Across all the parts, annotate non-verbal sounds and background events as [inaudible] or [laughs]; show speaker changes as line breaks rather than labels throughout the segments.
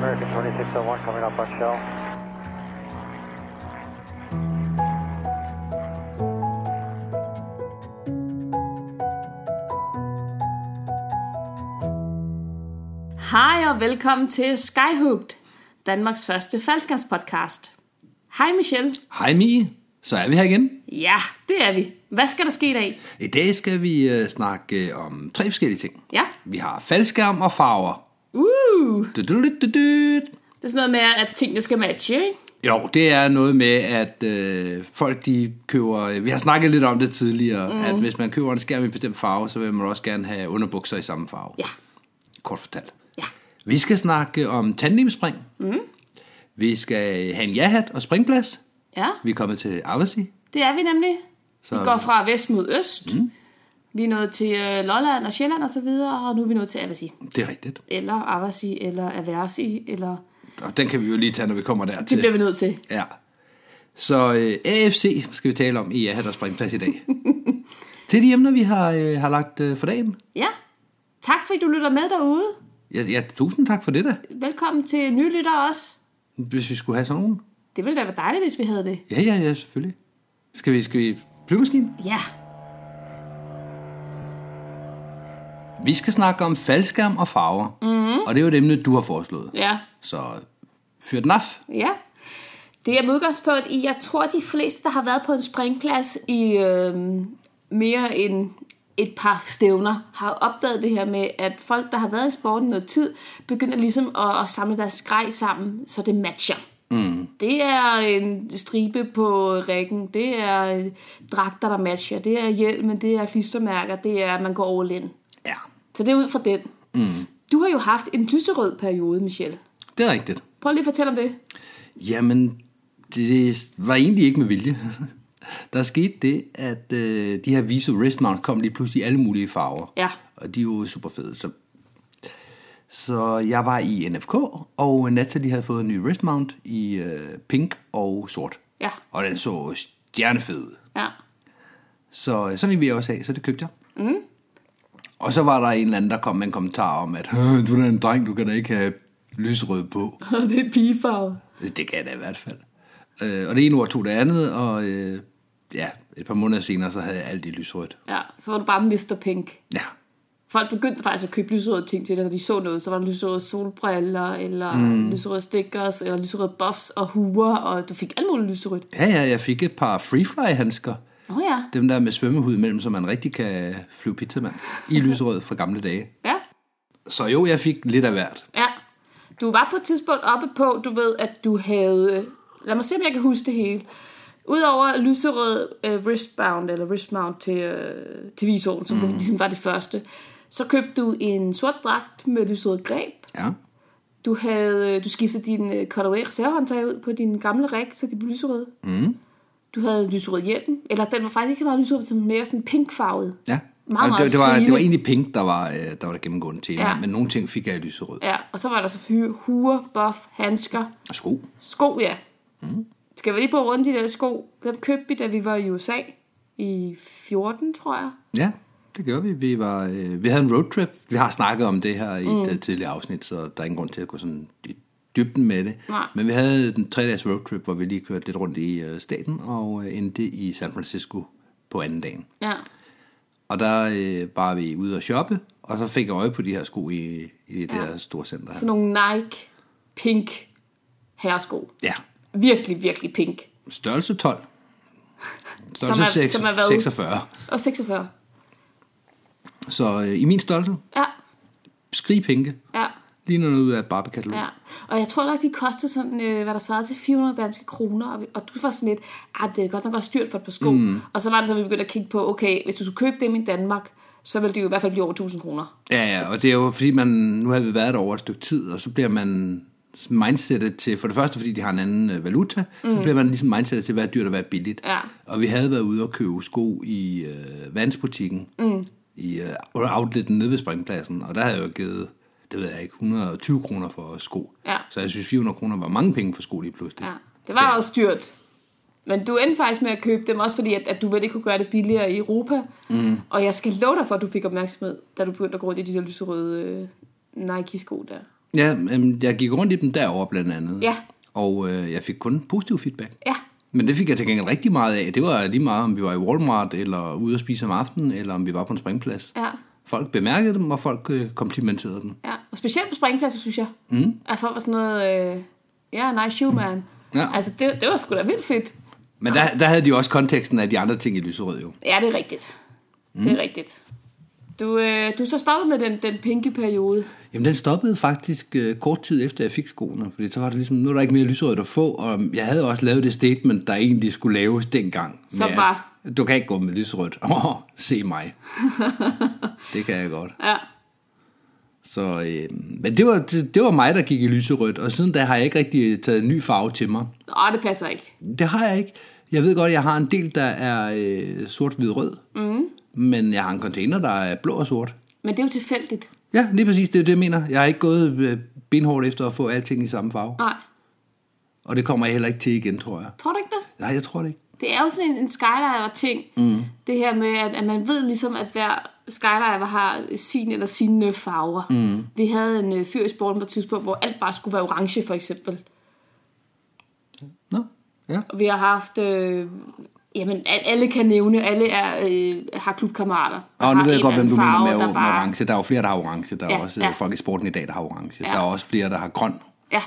American 2601 coming up on shell.
Hej og velkommen til Skyhooked, Danmarks første podcast. Hej Michelle.
Hej Mie, så er vi her igen.
Ja, det er vi. Hvad skal der ske i dag?
I dag skal vi øh, snakke øh, om tre forskellige ting.
Ja.
Vi har faldskærm og farver.
Uh,
Du, du, du, du, du.
det er sådan noget med, at tingene skal matche, ikke?
Jo, det er noget med, at øh, folk de køber... øh, Vi har snakket lidt om det tidligere,
Mhm.
mm. at hvis man køber en skærm i en bestemt farve, så vil man også gerne have underbukser i samme farve.
Ja.
Kort fortalt.
Ja. Mhm.
Vi skal snakke om tandemspring. Mm. Vi skal have en jahat og springplads.
Ja,
Vi er kommet til Avasi.
det er vi nemlig. Så...
Så-
Vi går fra vest mod øst. Mm. Vi er nået til øh, Lolland og Sjælland og så videre, og nu er vi nået til Avasi.
Det er rigtigt.
Eller Avasi, eller Aversi, eller...
Og den kan vi jo lige tage, når vi kommer dertil.
Det bliver vi nødt til.
Ja. Så øh, AFC skal vi tale om i Ahat og Springplads i dag. det er de emner, vi har, øh, har lagt øh, for dagen.
Ja. Tak fordi du lytter med derude.
Ja, ja, tusind tak for det da,
Velkommen til nye lyttere også.
hvis vi skulle have sådan nogen.
Det ville da være dejligt, hvis vi havde det.
Ja, ja, ja, selvfølgelig. Skal vi, skal vi flyvemaskinen?
Ja.
Vi skal snakke om faldskærm og farver. Mm-hmm. Og det er jo et emne, du har foreslået.
Ja.
Så fyr den af.
Ja. Det er med udgangspunkt i, jeg tror, de fleste, der har været på en springplads i øh, mere end et par stævner, har opdaget det her med, at folk, der har været i sporten noget tid, begynder ligesom at, at samle deres grej sammen, så det matcher. Mm. Det er en stribe på rækken, det er øh, dragter, der matcher, det er hjelmen, det er klistermærker, det er, at man går all in.
Ja,
Så det er ud fra den. Mm. Du har jo haft en lyserød periode, Michelle.
det er rigtigt.
Prøv lige at fortælle om det.
Jamen, det var egentlig ikke med vilje. [laughs] Der skete det, at øh, de her Viso wristmount kom lige pludselig i alle mulige farver.
Ja.
Og de er jo super fede. Så, så jeg var i NFK, og Natalie havde fået en ny wristmount i øh, pink og sort.
Ja.
Og den så stjernefed ud.
Ja.
Så øh, sådan ville jeg også have, så det købte jeg. Mm. Og så var der en eller anden, der kom med en kommentar om, at "Øh, du er da en dreng, du kan da ikke have lysrød på.
Og det er pigefarvet.
Det kan jeg da i hvert fald. Øh, og det ene ord tog det andet, og øh, ja, et par måneder senere, så havde jeg alt i lysrødt.
Ja, så var du bare Mr. Pink.
Ja,
Folk begyndte faktisk at købe lyserøde ting til det, når de så noget. Så var der lyserøde solbriller, eller mm. lyserøde stickers, eller lyserøde buffs og huer, og du fik alt muligt lyserødt.
ja, ja jeg fik et par freefly-handsker.
Åh oh, ja.
Dem der med svømmehud imellem, så man rigtig kan flyve pizzamand.
[laughs]
I lysrød fra gamle dage.
Ja,
Så jo, jeg fik lidt af hvert.
ja. Du var på et tidspunkt oppe på, du ved, at du havde... Lad mig se, om jeg kan huske det hele. Udover lyserød øh, wristbound, eller wristmount til, øh, til visoren, som mm. ligesom var det første, så købte du en sort dragt med lyserød greb.
Ja,
Du havde du skiftede din øh, cutaway reservehåndtag ud på din gamle rig, så de blev lyserøde. Mm. Du havde lyserød hjelm, eller den var faktisk ikke så meget lyserød, som mere sådan pinkfarvet.
ja.
Meget,
Og
meget
det, det, var, det var
skrigende.
egentlig pink, der var, øh, der var det gennemgående tema,
Ja.
ja. men nogle ting fik jeg i lyserød.
Ja, og så var der så hy- huer, buff, handsker,
Og sko.
sko, ja. Mm. Skal vi lige på rundt de der sko? Dem købte vi, da vi var i USA i 14, tror jeg.
Ja, det gør vi. Vi, var, øh, vi havde en roadtrip. Vi har snakket om det her i mm. et øh, tidligere afsnit, så der er ingen grund til at gå sådan i dybden med det.
Nej.
Men vi havde en tre-dages roadtrip, hvor vi lige kørte lidt rundt i øh, staten og øh, endte i San Francisco på anden dagen.
Ja.
Og der øh, var vi ude og shoppe, og så fik jeg øje på de her sko i, i det
Ja.
her store center.
Så
Her.
nogle Nike pink herresko.
Ja,
Virkelig, virkelig pink.
størrelse 12. Størrelse
er-
6,
som er hvad?
46.
Og 46.
Så øh, i min størrelse,
Ja,
skrig pinke.
ja.
Ligner noget ud af et barbekatalog.
Ja, og jeg tror nok, de kostede sådan, øh, hvad der svarede til 400 danske kroner, og, vi- og du var sådan lidt, at det er godt nok også dyrt for et par sko. Mm. Og så var det så, vi begyndte at kigge på, okay, hvis du skulle købe dem i Danmark, så ville det jo i hvert fald blive over 1000 kroner.
Ja, ja, og det er jo fordi, man, nu har vi været der over et stykke tid, og så bliver man mindsetet til, for det første fordi de har en anden øh, valuta, mm. så bliver man ligesom mindsetet til, hvad er dyrt og hvad er billigt.
Ja.
Og vi havde været ude og købe sko i øh, vandsbutikken, mm. i øh, under outleten nede ved springpladsen, og der havde jeg jo givet, det ved jeg ikke, 120 kroner for sko.
Ja.
Så jeg synes 400 kroner var mange penge for sko lige pludselig.
Ja. Det var ja. også dyrt. Men du endte faktisk med at købe dem, også fordi, at, at du ville ikke kunne gøre det billigere i Europa. Mm. Og jeg skal love dig for, at du fik opmærksomhed, da du begyndte at gå rundt i de der lyserøde øh, Nike-sko der.
Ja, øhm, jeg gik rundt i dem derover blandt andet.
Ja.
Og øh, jeg fik kun positiv feedback.
Ja,
Men det fik jeg til gengæld rigtig meget af. Det var lige meget, om vi var i Walmart, eller ude at spise om aftenen, eller om vi var på en springplads.
Ja.
Folk bemærkede dem, og folk øh, komplimenterede dem.
ja. Og specielt på springpladser, synes jeg. Mm. At folk var sådan noget, øh, ja, yeah, nice shoe, man.
Ja.
Altså, det, det var sgu da vildt fedt.
Men der, der havde de jo også konteksten af de andre ting i lyserød jo.
Ja, det er rigtigt. Mm. Det er rigtigt. Du, øh, du er så stoppet med den, den pinke periode.
Jamen den stoppede faktisk øh, kort tid efter jeg fik skoene, fordi så var det ligesom, nu er der ikke mere lyserødt at få, og øhm, jeg havde også lavet det statement, der egentlig skulle laves dengang.
Så
med,
var-
at, Du kan ikke gå med lyserødt. Åh, oh, se
[laughs]
mig. det kan jeg godt.
Ja.
Så, øh, men det var, det, det var mig, der gik i lyserødt, og siden da har jeg ikke rigtig taget en ny farve til mig.
Åh, det passer ikke.
Det har jeg ikke. Jeg ved godt, jeg har en del, der er øh, sort-hvid-rød, mm. men jeg har en container, der er blå og sort.
Men det er jo tilfældigt.
Ja, lige præcis, det er det, jeg mener. Jeg har ikke gået øh, benhårdt efter at få alting i samme farve.
Nej.
Og det kommer jeg heller ikke til igen, tror jeg.
Tror du ikke det?
Nej, jeg tror det ikke.
Det er jo sådan en, en skydiver-ting. Mm. Det her med, at, at man ved ligesom, at hver skydiver har sin eller sine farver. Mm. Vi havde en øh, fyr i sporten på et tidspunkt, hvor alt bare skulle være orange, for eksempel.
Nå, ja.
Og vi har haft... Øh, jamen, al- alle kan nævne, alle er, øh, har klubkammerater. der
Og nu
har
ved jeg
en
godt,
eller
hvem du
anden farve,
mener med,
der
med
bare-
orange. Der er jo flere, der har orange. Der er
Ja,
ja, også
ja.
ja. folk i sporten i dag, der har orange.
Ja.
Ja. Der er også flere, der har grøn.
Ja.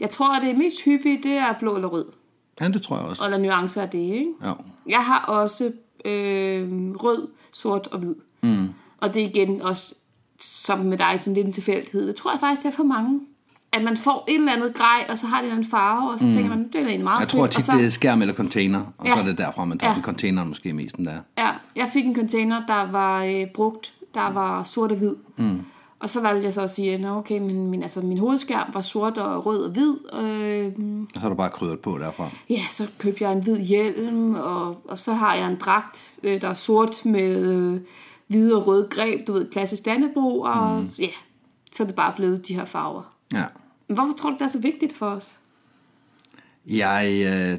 Jeg tror, at det mest hyppige, det er blå eller rød.
Ja, det tror jeg også.
Og der nuancer af det, ikke?
Ja.
Jeg har også øh, rød, sort og hvid. Mm. Og det er igen også, som med dig, sådan lidt en tilfældighed. Det tror jeg faktisk, det er for mange. At man får et eller andet grej, og så har det en eller anden farve, og så mm. tænker man, det er da egentlig meget
Jeg tror
fedt, og
tit,
så,
det er skærm eller container, og
Ja.
ja. så er det derfra, man tager
Ja.
ja. den container måske mest, den der.
Ja, jeg fik en container, der var øh, brugt, der var sort og hvid. Mm. Og så valgte jeg så at sige, nå okay, men min, altså, min hovedskærm var sort og rød og hvid. Øh,
Og så er der bare krydret på derfra.
ja, så købte jeg en hvid hjelm, og, og så har jeg en dragt, øh, der er sort med øh, hvide og røde greb, du ved, klassisk Dannebro, og mm. ja, så er det bare blevet de her farver.
Ja.
Men hvorfor tror du, det er så vigtigt for os?
Jeg, øh,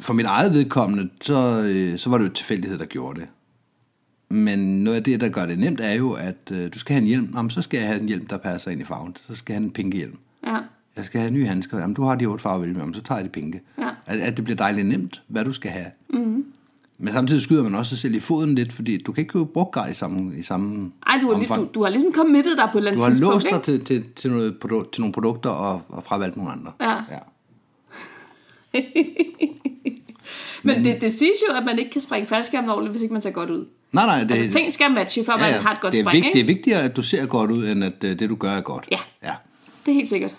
for mit eget vedkommende, så, øh, så var det jo tilfældighed, der gjorde det. Men noget af det, der gør det nemt, er jo, at øh, du skal have en hjelm. Jamen, så skal jeg have en hjelm, der passer ind i farven. Så skal jeg have en pinke hjelm.
Ja,
Jeg skal have nye handsker. Jamen, du har de otte farver, vel? Jamen, så tager jeg de pinke.
Ja. Mm-hmm.
At, at det bliver dejligt nemt, hvad du skal have. Mm. Men samtidig skyder man også sig selv i foden lidt, fordi du kan ikke købe brugt grej i samme, i samme
ej, du har, lige,
omfang.
du, du har ligesom committet dig på et eller
Du
andet
har
tidspunkt,
låst
ikke?
dig til, til, til, noget produkt, til nogle produkter og, og fravalgt nogle andre.
Ja.
ja.
[laughs] Men det, det siges jo, at man ikke kan springe faldskærmen ordentligt, hvis ikke man ser godt ud.
Nej, nej, det,
Altså, ting skal matche, før man har et godt
det er
spring,
vigt, Det er
ikke?
vigtigere, at du ser godt ud, end at øh, det, du gør, er godt.
Ja.
ja.
Det er helt sikkert.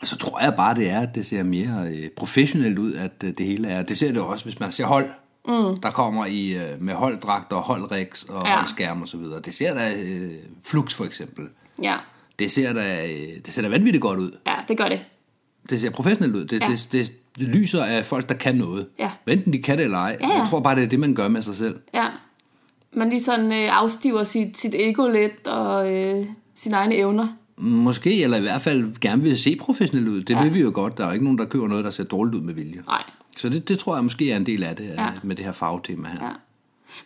Og så tror jeg bare, det er, at det ser mere øh, professionelt ud, at øh, det hele er. Det ser det jo også, hvis man ser hold, mm. der kommer i øh, med holddragter, holdriks og
Ja.
ja. holdskærm og så videre. Det ser da øh, flux for eksempel.
Ja,
Det ser da, øh, det ser da vanvittigt godt ud.
ja det gør det.
Det ser professionelt ud. Det,
Ja.
ja. det, det, det lyser af folk, der kan noget.
Ja.
Hvad Enten de kan det eller ej.
Ja, ja.
Jeg tror bare, det er det, man gør med sig selv.
Ja. Man lige sådan øh, afstiver sit, sit ego lidt og øh, sine egne evner.
Måske, eller i hvert fald gerne vil se professionelt ud. Det
Ja.
ja. vil vi jo godt. Der er ikke nogen, der køber noget, der ser dårligt ud med vilje.
Nej.
Så det, det tror jeg måske er en del af det,
Ja.
ja. med det her farvetema her.
Ja.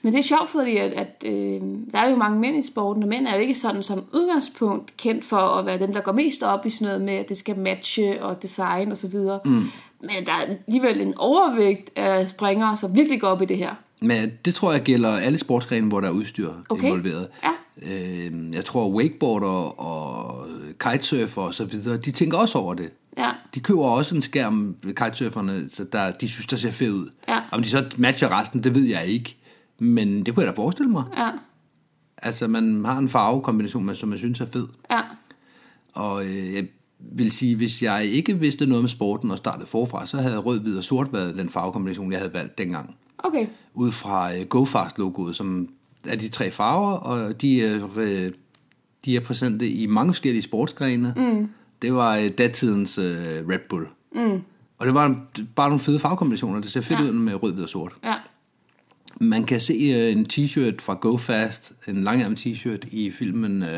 Men det er sjovt, fordi at, at, øh, der er jo mange mænd i sporten, og mænd er jo ikke sådan som udgangspunkt kendt for at være dem, der går mest op i sådan noget med, at det skal matche og design osv. Og mm. Men der er alligevel en overvægt af springere, som virkelig går op i det her.
Men det tror jeg gælder alle sportsgrene, hvor der er udstyr
Okay.
okay. involveret.
Ja.
Øh, jeg tror, wakeboarder og kitesurfer og så videre, de tænker også over det.
Ja.
De køber også en skærm, kitesurferne, så der, de synes, der ser fedt ud.
Ja.
Om de så matcher resten, det ved jeg ikke. Men det kunne jeg da forestille mig.
Ja,
Altså, man har en farvekombination, man- som man synes er fed.
ja,
Og øh, jeg vil sige, hvis jeg ikke vidste noget om sporten og startede forfra, så havde rød, hvid og sort været den farvekombination, jeg havde valgt dengang.
okay.
Ud fra øh, GoFast-logoet, som er de tre farver, og de er, øh, de er præsente i mange forskellige sportsgrene. Mm. Det var øh, datidens øh, Red Bull. Mm. Og det var en- bare nogle fede farvekombinationer. Det ser fedt
Ja.
ja. ud med rød, hvid og sort.
Ja.
Man kan se øh, en t-shirt fra GoFast, en langarm t-shirt i filmen øh,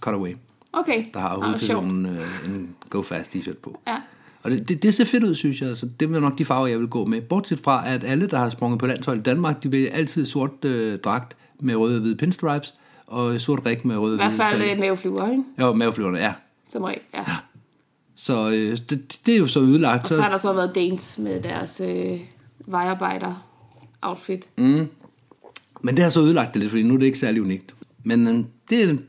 Cutaway
Okay.
der har
Nå, hvor sjovt.
hovedpersonen øh, en Go Fast t-shirt på.
Ja.
Og det, det, det ser fedt ud, synes jeg. Så det er nok de farver, jeg vil gå med. Bortset fra, at alle, der har sprunget på landshold i Danmark, de vil altid sort øh, dragt med røde og hvide pinstripes. og sort rik med røde
I hvert fald øh,
tal.
maveflyver, ikke?
Jo, maveflyverne, ja.
Som regel, ja.
Så øh, det, det, er jo så ødelagt.
Og så har der så været Danes med deres øh, vejarbejder-outfit.
Mm. Men det har så ødelagt det lidt, fordi nu er det ikke særlig unikt. Men øh, det,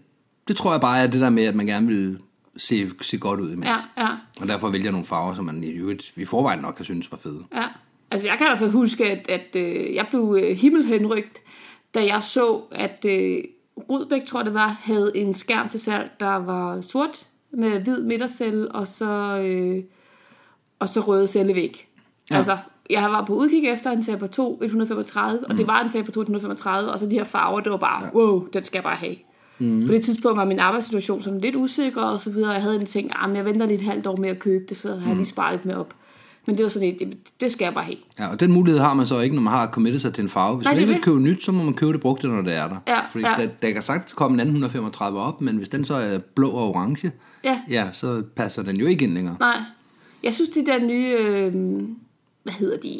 det tror jeg bare er det der med, at man gerne vil se, se godt ud imens.
Ja, ja,
Og derfor vælger jeg nogle farver, som man i øvrigt i forvejen nok kan synes var fede.
ja. Altså, jeg kan i hvert fald huske, at, at øh, jeg blev øh, himmelhenrygt, da jeg så, at øh, Rudbæk, tror jeg det var, havde en skærm til salg, der var sort med hvid midtercelle, og så, øh, og så røde cellevæg. Ja. Altså, jeg var på udkig efter en Saber 2 135, og det var en Saber 2 135, og så de her farver, det var bare, Mm. ja. wow, den skal jeg bare have. Mm. På det tidspunkt var min arbejdssituation sådan lidt usikker og så videre, og jeg havde en ting, ah, men jeg venter lige et halvt år med at købe det, for så har
Mm.
jeg lige sparet lidt med op. Men det var sådan et, "Jamen, det skal jeg bare have.
Ja, og den mulighed har man så ikke, når man har committet sig til en farve. Hvis
Nej,
man
det er
ikke vil
det.
købe nyt, så må man købe det brugte, når det er der.
Ja,
Fordi
ja.
Der, der kan sagtens komme en anden 135 op, men hvis den så er blå og orange,
Ja.
ja så passer den jo ikke ind længere.
Nej. Jeg synes, de der nye, øh, hvad hedder de,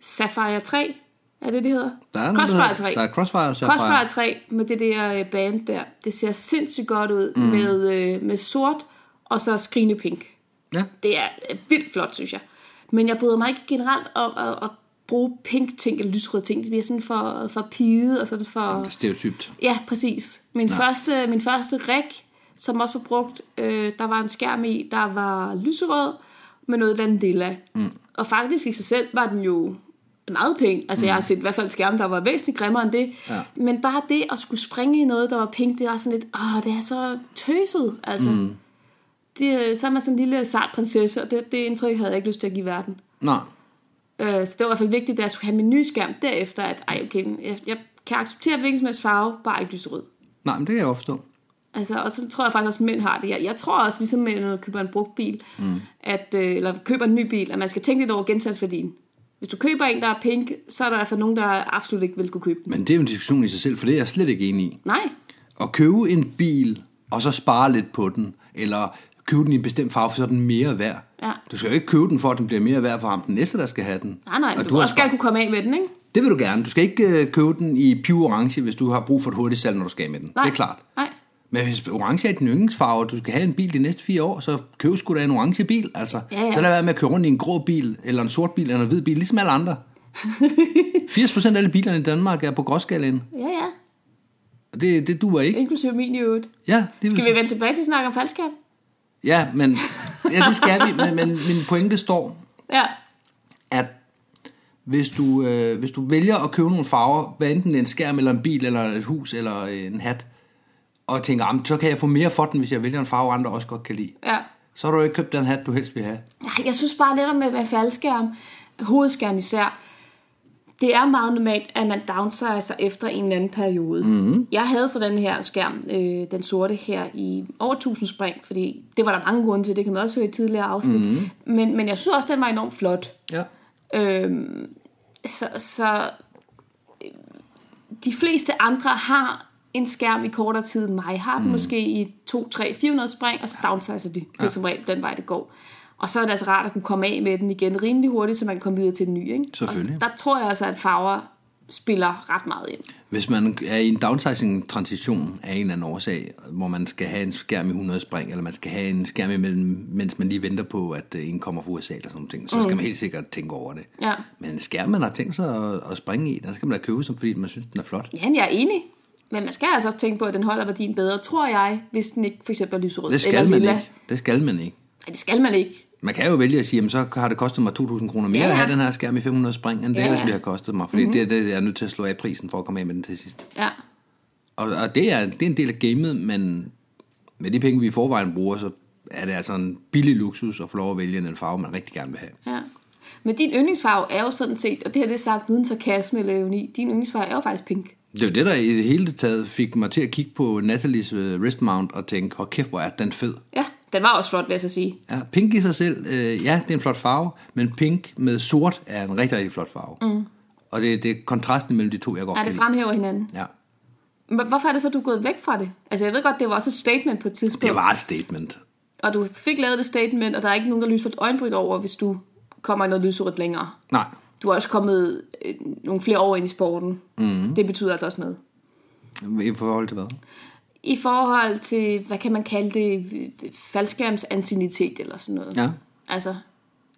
Sapphire 3, er det, det hedder?
Der er noget, der
Crossfire 3.
hedder- Der er Crossfire og Sapphire.
Crossfire 3 med det der øh, band der. Det ser sindssygt godt ud mm. med, øh, med sort og så skrigende pink.
Ja.
Det er øh, vildt flot, synes jeg. Men jeg bryder mig ikke generelt om at, at bruge pink ting eller lysrøde ting. Det bliver sådan for, for pide og sådan for...
Det er stereotypt.
Ja, præcis. Min, første, min første rig, som også var brugt, øh, der var en skærm i, der var lyserød med noget eller andet lilla. Mm. Og faktisk i sig selv var den jo meget pink. Altså mm. jeg har set i hvert fald skærme, der var væsentligt grimmere end det.
Ja.
Men bare det at skulle springe i noget, der var pink, det var sådan lidt, åh, det er så tøset. Altså, mm. det, øh, så er man sådan en lille sart prinsesse, og det, det indtryk havde jeg ikke lyst til at give verden.
Nej.
Øh, så det var i hvert fald vigtigt, da jeg skulle have min nye skærm derefter, at ej, okay, jeg, jeg kan acceptere hvilken som helst farve, bare ikke lyserød.
Nej, men det kan jeg godt forstå.
Altså, og så tror jeg faktisk også, at mænd har det. Jeg, jeg tror også, ligesom med, når man køber en brugt bil, mm. at, øh, eller køber en ny bil, at man skal tænke lidt over genstandsværdien. Hvis du køber en, der er pink, så er der i hvert fald nogen, der absolut ikke vil kunne købe den.
Men det er jo en diskussion i sig selv, for det er jeg slet ikke enig i.
Nej,
At købe en bil, og så spare lidt på den, eller købe den i en bestemt farve, for så er den mere værd.
Ja.
Du skal jo ikke købe den, for at den bliver mere værd for ham, den næste, der skal have den.
nej, nej.
Og
Du,
har
også
spar-
gerne kunne komme af med den, ikke?
Det vil du gerne. Du skal ikke øh, købe den i piv orange, hvis du har brug for et hurtigt salg, når du skal af med den.
Nej.
Det er klart.
Nej.
Men hvis orange er din yndlingsfarve, og du skal have en bil de næste fire år, så køb sgu da en orange bil. Altså,
Ja, ja.
Så lad være med at køre rundt i en grå bil, eller en sort bil, eller en hvid bil, ligesom alle
[laughs]
andre. 80% af alle bilerne i Danmark er på gråskalaen.
Ja, ja.
Og det, det duer ikke.
Inklusive min i øvrigt.
Ja, det
Øh, Skal vi vende tilbage til at snakke om falskab?
Ja, men, ja, det skal vi, men, men min pointe står,
Ja.
at hvis du, øh, hvis du vælger at købe nogle farver, hvad enten det er en skærm, eller en bil, eller et hus, eller øh, en hat, og tænker, "Ah, men så kan jeg få mere for den, hvis jeg vælger en farve, andre også godt kan lide,
Ja.
så har du ikke købt den hat, du helst vil have.
Nej, jeg synes bare netop med at være faldskærm, hovedskærm især, det er meget normalt, at man downsizer efter en eller anden periode. Mm-hmm. Jeg havde så den her skærm, øh, den sorte her, i over 1000 spring, fordi det var der mange grunde til, det kan man også høre i tidligere afsnit. Mm-hmm. Men, men jeg synes også, den var enormt flot.
Ja.
Øhm, så, så øh, de fleste andre har en skærm i kortere tid end mig. Har den mm. måske i 2, 3, 400 spring, og så downsizer de. Det er som regel den vej, det går. Og så er det altså rart at kunne komme af med den igen rimelig hurtigt, så man kan komme videre til den nye. Ikke?
Selvfølgelig.
Og der tror jeg altså, at farver spiller ret meget ind.
Hvis man er i en downsizing-transition af en eller anden årsag, hvor man skal have en skærm i 100 spring, eller man skal have en skærm imellem, mens man lige venter på, at øh, en kommer fra USA eller sådan nogle ting, så skal man helt sikkert tænke over det.
Ja.
Men en skærm, man har tænkt sig at, at springe i, den skal man da købe, som fordi man synes, den er flot.
Jamen, jeg er enig. Men man skal altså også tænke på, at den holder værdien bedre, tror jeg, hvis den ikke for eksempel er lyserød
Det skal
eller
man
lilla.
ikke. Det skal man ikke.
Nej, det skal man ikke.
Man kan jo vælge at sige, jamen, så har det kostet mig 2.000 kroner
Ja,
mere ja,
ja.
at have den her skærm i 500 spring, end
Ja,
det ja,
ja. Mhm.
ellers ville have kostet mig. Fordi mm-hmm. det er det, jeg er nødt til at slå af prisen for at komme af med den til sidst.
Ja.
Og, og det, er, det er en del af gamet, men med de penge, vi i forvejen bruger, så er det altså en billig luksus at få lov at vælge den farve, man rigtig gerne vil have.
Ja. Men din yndlingsfarve er jo sådan set, og det her det er sagt uden sarkasme eller ironi, din yndlingsfarve er jo faktisk pink.
Det er jo det, der i det hele taget fik mig til at kigge på Nathalies øh, wristmount og tænke, hvor kæft, hvor er den fed.
Ja, den var også flot, vil jeg så sige.
Ja, pink i sig selv, øh, ja, det er en flot farve, men pink med sort er en rigtig, rigtig flot farve. Mm. Og det, det er kontrasten mellem de to, jeg godt
Nej,
kan
det
lide.
fremhæver hinanden.
Ja.
Men hvorfor er det så, du er gået væk fra det? Altså, jeg ved godt, det var også et statement på et tidspunkt.
Det var et statement.
Og du fik lavet det statement, og der er ikke nogen, der lyser et øjenbryn over, hvis du kommer i noget lyserødt længere.
Nej,
Mhm. Du er også kommet øh, nogle flere år ind i sporten. Mm. Det betyder altså også noget.
I forhold til hvad?
I forhold til, hvad kan man kalde det, øh, faldskærmsantinitet eller sådan noget.
Ja.
Altså,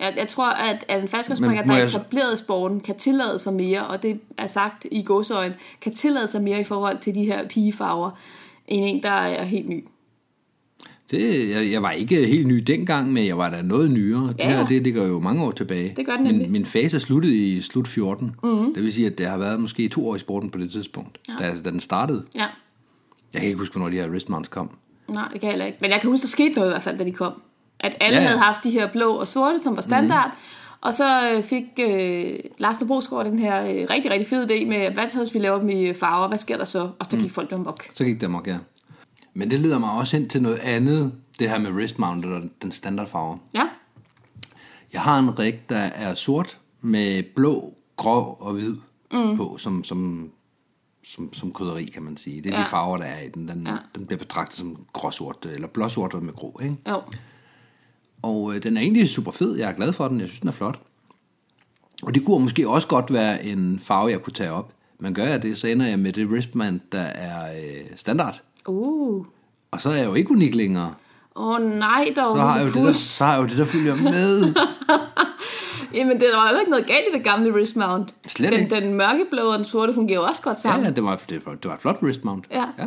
jeg, jeg tror, at, at en
Men
faldskærmspringer,
må
der er
jeg-
etableret i sporten, kan tillade sig mere, og det er sagt i godsøjen, kan tillade sig mere i forhold til de her pigefarver, end en, der er helt ny.
Det, jeg, jeg var ikke helt ny dengang, men jeg var da noget nyere.
Ja,
Det her,
ja.
det ligger jo mange år tilbage.
Det gør den nemlig. Mm.
min, min fase sluttede i slut 14. Mm-hmm. Det vil sige, at det har været måske to år i sporten på det tidspunkt, ja. da, da den startede.
Ja,
Jeg kan ikke huske, hvornår de her wristmounts kom.
nej, det kan jeg heller ikke. Men jeg kan huske, der skete noget i hvert fald, da de kom. At alle ja,
Ja, ja. Mhm.
havde haft de her blå og sorte, som var standard, mm. og så øh, fik øh, Lars Nobosgaard den her øh, rigtig, rigtig fede idé med, hvad så hvis vi laver dem i øh, farver, hvad sker der så? Og
Mm.
så gik folk dem vok.
Så gik det amok, ja. Men det leder mig også hen til noget andet, det her med wristmounted og den standardfarve.
Ja,
Jeg har en rig, der er sort med blå, grå og hvid mm. på, som, som, som, som krydderi, kan man sige. Det er ja.
Ja.
de farver, der er i den. Den, ja.
Ja.
den bliver betragtet som gråsort, øh, eller blåsort med grå. Ikke?
jo.
Og øh, den er egentlig super fed. Jeg er glad for den. Jeg synes, den er flot. Og det kunne måske også godt være en farve, jeg kunne tage op. Men gør jeg det, så ender jeg med det wristband, der er øh, standard.
Uh.
Og så er jeg jo ikke unik længere.
Åh oh, nej dog,
Så har, jeg jo det der,
Nicolas.
så har jeg jo det, der følger med.
Jamen, det var jo ikke noget galt i det gamle wristmount.
Slet
den,
ikke.
den mørkeblå og den sorte fungerer jo også godt
Ja,
sammen.
ja,
Ja.
det var, det, var, det var et flot wristmount.
Ja.
ja.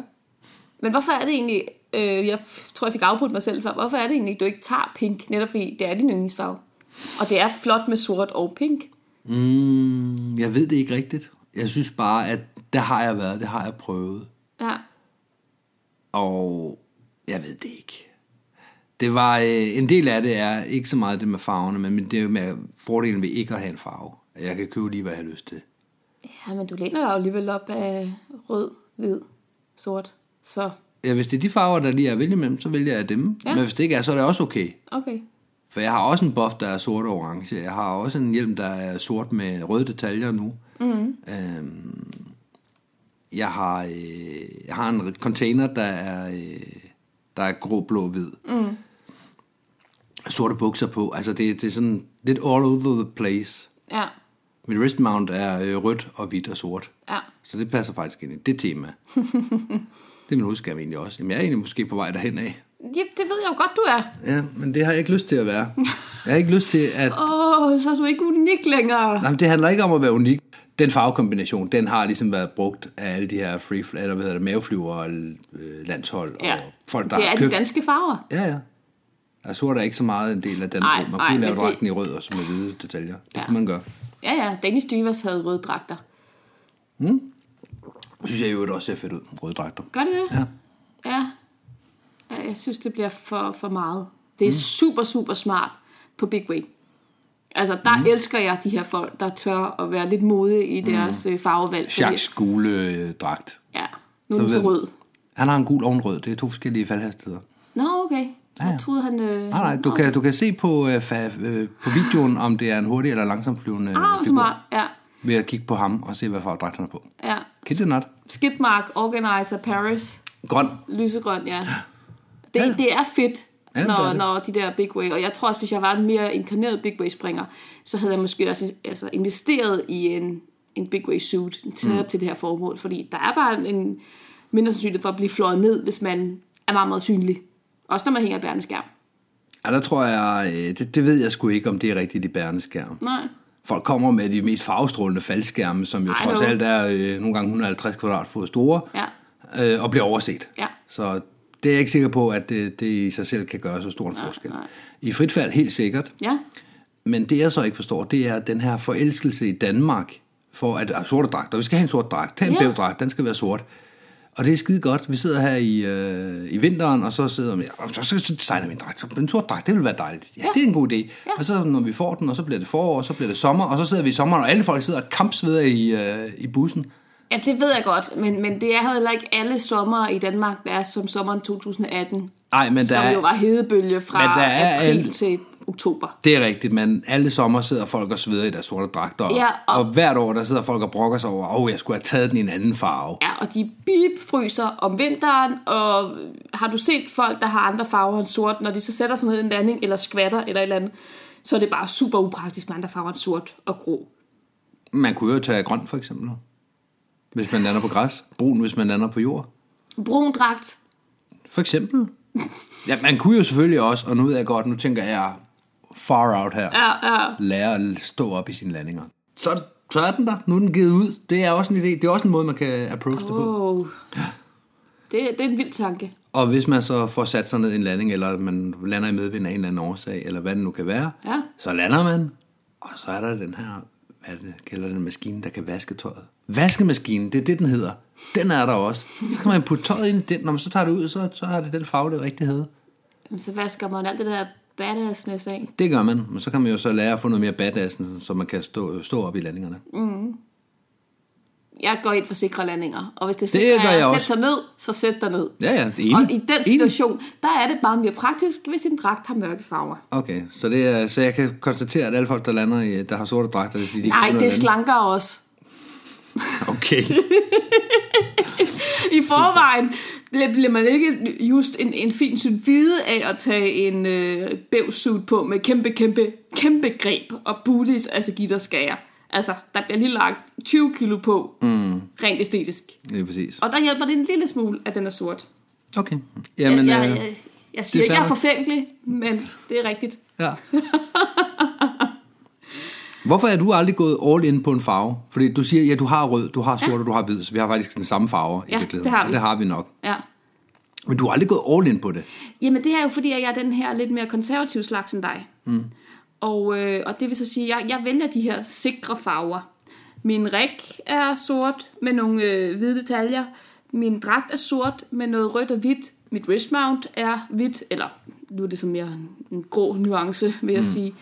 Men hvorfor er det egentlig, øh, jeg f- tror, jeg fik afbrudt mig selv før, hvorfor er det egentlig, du ikke tager pink, netop fordi det er din yndlingsfarve? Og det er flot med sort og pink.
Mm, jeg ved det ikke rigtigt. Jeg synes bare, at det har jeg været, det har jeg prøvet.
Ja,
Og jeg ved det ikke. Det var, øh, en del af det er ikke så meget det med farverne, men det er jo med fordelen ved ikke at have en farve. At Jeg kan købe lige, hvad jeg har lyst til.
ja men du læner dig jo alligevel op af rød, hvid, sort. Så,
Ja, hvis det er de farver, der lige er at vælge mellem, så vælger jeg dem. Ja.
Ja.
Men hvis det ikke er, så er det også okay.
okay.
For jeg har også en buff, der er sort og orange. Jeg har også en hjelm, der er sort med røde detaljer nu. Mm. Øhm, jeg, har, øh, jeg har en container, der er, øh, der er grå, blå, hvid. Mm. Sorte bukser på. Altså, det, det er sådan lidt all over the place.
Ja,
Mit wrist mount er øh, rødt og hvidt og sort.
ja.
Så det passer faktisk ind i det tema. det er min udskab egentlig også. Jamen, jeg er egentlig måske på vej derhen af.
Ja, det ved jeg jo godt, du er.
Ja, men det har jeg ikke lyst til at være. Jeg har ikke lyst til at
Åh, oh, så er du ikke unik længere.
Nej, men det handler ikke om at være unik. Den farvekombination, den har ligesom været brugt af alle de her free, eller hvad hedder det, maveflyver og øh, landshold og
Ja,
folk, der
det
har
er de
købt.
danske farver.
Ja, ja. Altså, sort er ikke så meget en del af den.
Nej,
man
nej,
kunne
men
lave
det-
dragten i rød og så med hvide detaljer. Det ja.
Ja.
kunne man gøre.
Ja, ja, Danish Divas havde røde dragter.
Det synes jeg jo også ser fedt ud, røde dragter.
Gør det det?
Ja.
Ja. ja jeg synes, det bliver for, for meget. Det er mm. super, super smart på Big Way. Altså, der mm. elsker jeg de her folk, der tør at være lidt modige i deres mm. farvevalg. fordi-
Jacques gule øh, dragt.
Ja, nu er den
Så
så
ved-
rød.
Han har en gul og en rød. Det er to forskellige faldhastigheder.
Nå, okay.
Ja, ja.
Jeg troede, han... Øh,
Nej, nej, du,
Nå,
kan, du kan se på, øh, fa- øh, på videoen, om det er en hurtig eller langsom flyvende
Ah, hvor smart. Ja,
Ved at kigge på ham og se, hvad farvedragt han er på.
ja.
Kid it not.
Skidmark, Organizer, Paris,
Grøn.
lysegrøn, ja. Det,
Ja.
ja. det er fedt,
Ja, det
når,
er det.
når de der big way, og jeg tror også, hvis jeg var en mere inkarneret big way springer, så havde jeg måske også altså, investeret i en, en big way suit til, mm. til det her formål, fordi der er bare en mindre sandsynlighed for at blive flået ned, hvis man er meget, meget synlig. Også når man hænger i bærende skærm.
Ja, der tror jeg, øh, det, det ved jeg sgu ikke, om det er rigtigt i bærende skærm.
Nej.
Folk kommer med de mest farvestrålende faldskærme, som jo
Ej,
trods
no.
alt er øh, nogle gange 150 kvadratfod store,
Ja.
øh, og bliver overset.
Ja.
Så det er jeg ikke sikker på, at øh, det, det i sig selv kan gøre så stor en forskel.
nej.
I frit fald helt sikkert,
Ja.
men det jeg så ikke forstår, det er den her forelskelse i Danmark for at ah, sorte dragter. Vi skal have en sort dragt. Tag en
Ja.
bævdragt, den skal være sort. Og det er skide godt. Vi sidder her i, øh, i vinteren, og så sidder vi, "Åh, så, så, så designer vi en dragt. Så en sort dragt, det vil være dejligt. Ja, ja. det er en god idé. Ja. Og så når vi får den, og så bliver det forår, og så bliver det sommer, og så sidder vi i sommeren, og alle folk sidder og kampsveder i, øh, i bussen.
Ja, det ved jeg godt, men, men det er jo heller ikke alle sommer i Danmark, der er som sommeren 2018,
Ej, men der
som
er-
jo var hedebølge
Men
fra
der er
april
alle-
til oktober.
Det er rigtigt, men alle sommer sidder folk og sveder i deres sorte dragter.
Ja,
og...
og-
og hvert år, der sidder folk og brokker sig over, åh, oh, jeg skulle have taget den i en anden farve.
Ja, og de bipfryser om vinteren, og har du set folk, der har andre farver end sort, når de så sætter sig ned i en landing, eller skvatter, eller et eller andet, så er det bare super upraktisk med andre farver end sort og grå.
Man kunne jo tage grøn, for eksempel. hvis man lander på græs. Brun, hvis man lander på jord.
Brun dragt.
For eksempel. Ja, man kunne jo selvfølgelig også, og nu ved jeg godt, nu tænker jeg far out her.
Ja, ja.
Lære at stå op i sine landinger. Så, så er den der. Nu er den givet ud. Det er også en idé. Det er også en måde, man kan approach det på.
Wow. Det, det er en vild tanke.
Og hvis man så får sat sig ned i en landing, eller man lander i medvind af en eller anden årsag, eller hvad det nu kan være,
Ja.
så lander man, og så er der den her, hvad er det, kalder den maskine, der kan vaske tøjet. Vaskemaskinen, det er det, den hedder. Den er der også. Så kan man putte tøjet ind i den, når man så tager det ud, så, så har det den farve, det rigtig hedder.
Jamen, så vasker man alt det der badassness af.
Det gør man, men så kan man jo så lære at få noget mere badassen, så man kan stå, stå op i landingerne.
Jeg går ind for sikre landinger, og hvis det
Det
sikre
gør jeg
er at
også.
sætte sig ned, så sæt dig ned.
Ja, ja, det er
Og
enig.
i den
Enig.
situation, der er det bare mere praktisk, hvis en dragt har mørke farver.
Okay, så, det er, så jeg kan konstatere, at alle folk, der lander i, der har sorte dragter, det er fordi, de ikke
Nej,
kan
det
noget
slanker også.
andet. Okay,
I forvejen bliver bliver man ikke just en, en fin syn hvide af at tage en øh, bævsuit på med kæmpe, kæmpe, kæmpe greb og bulis, altså gitterskager. Altså, der bliver lige lagt 20 kilo på, mm. rent æstetisk.
det er præcis.
Og der hjælper det en lille smule, at den er sort.
Okay. Jamen,
jeg, jeg,
øh,
jeg, jeg siger
det er
ikke, jeg er
fair nok.
forfængelig, men det er rigtigt.
ja. Hvorfor er du aldrig gået all in på en farve? Fordi du siger, ja, du har rød, du har sort ja. og du har hvid, så vi har faktisk den samme farve i
Ja,
virkeligheden.
det har vi.
Og det har vi nok.
Ja.
Men du har aldrig gået all in på det.
Jamen, det er jo fordi, at jeg er den her lidt mere konservative slags end dig. Mm. Og, øh, og det vil så sige, at jeg, jeg vælger de her sikre farver. Min rig er sort med nogle øh, hvide detaljer. Min dragt er sort med noget rødt og hvidt. Mit wristmount er hvidt, eller nu er det som mere en- en grå nuance, vil jeg mm. sige.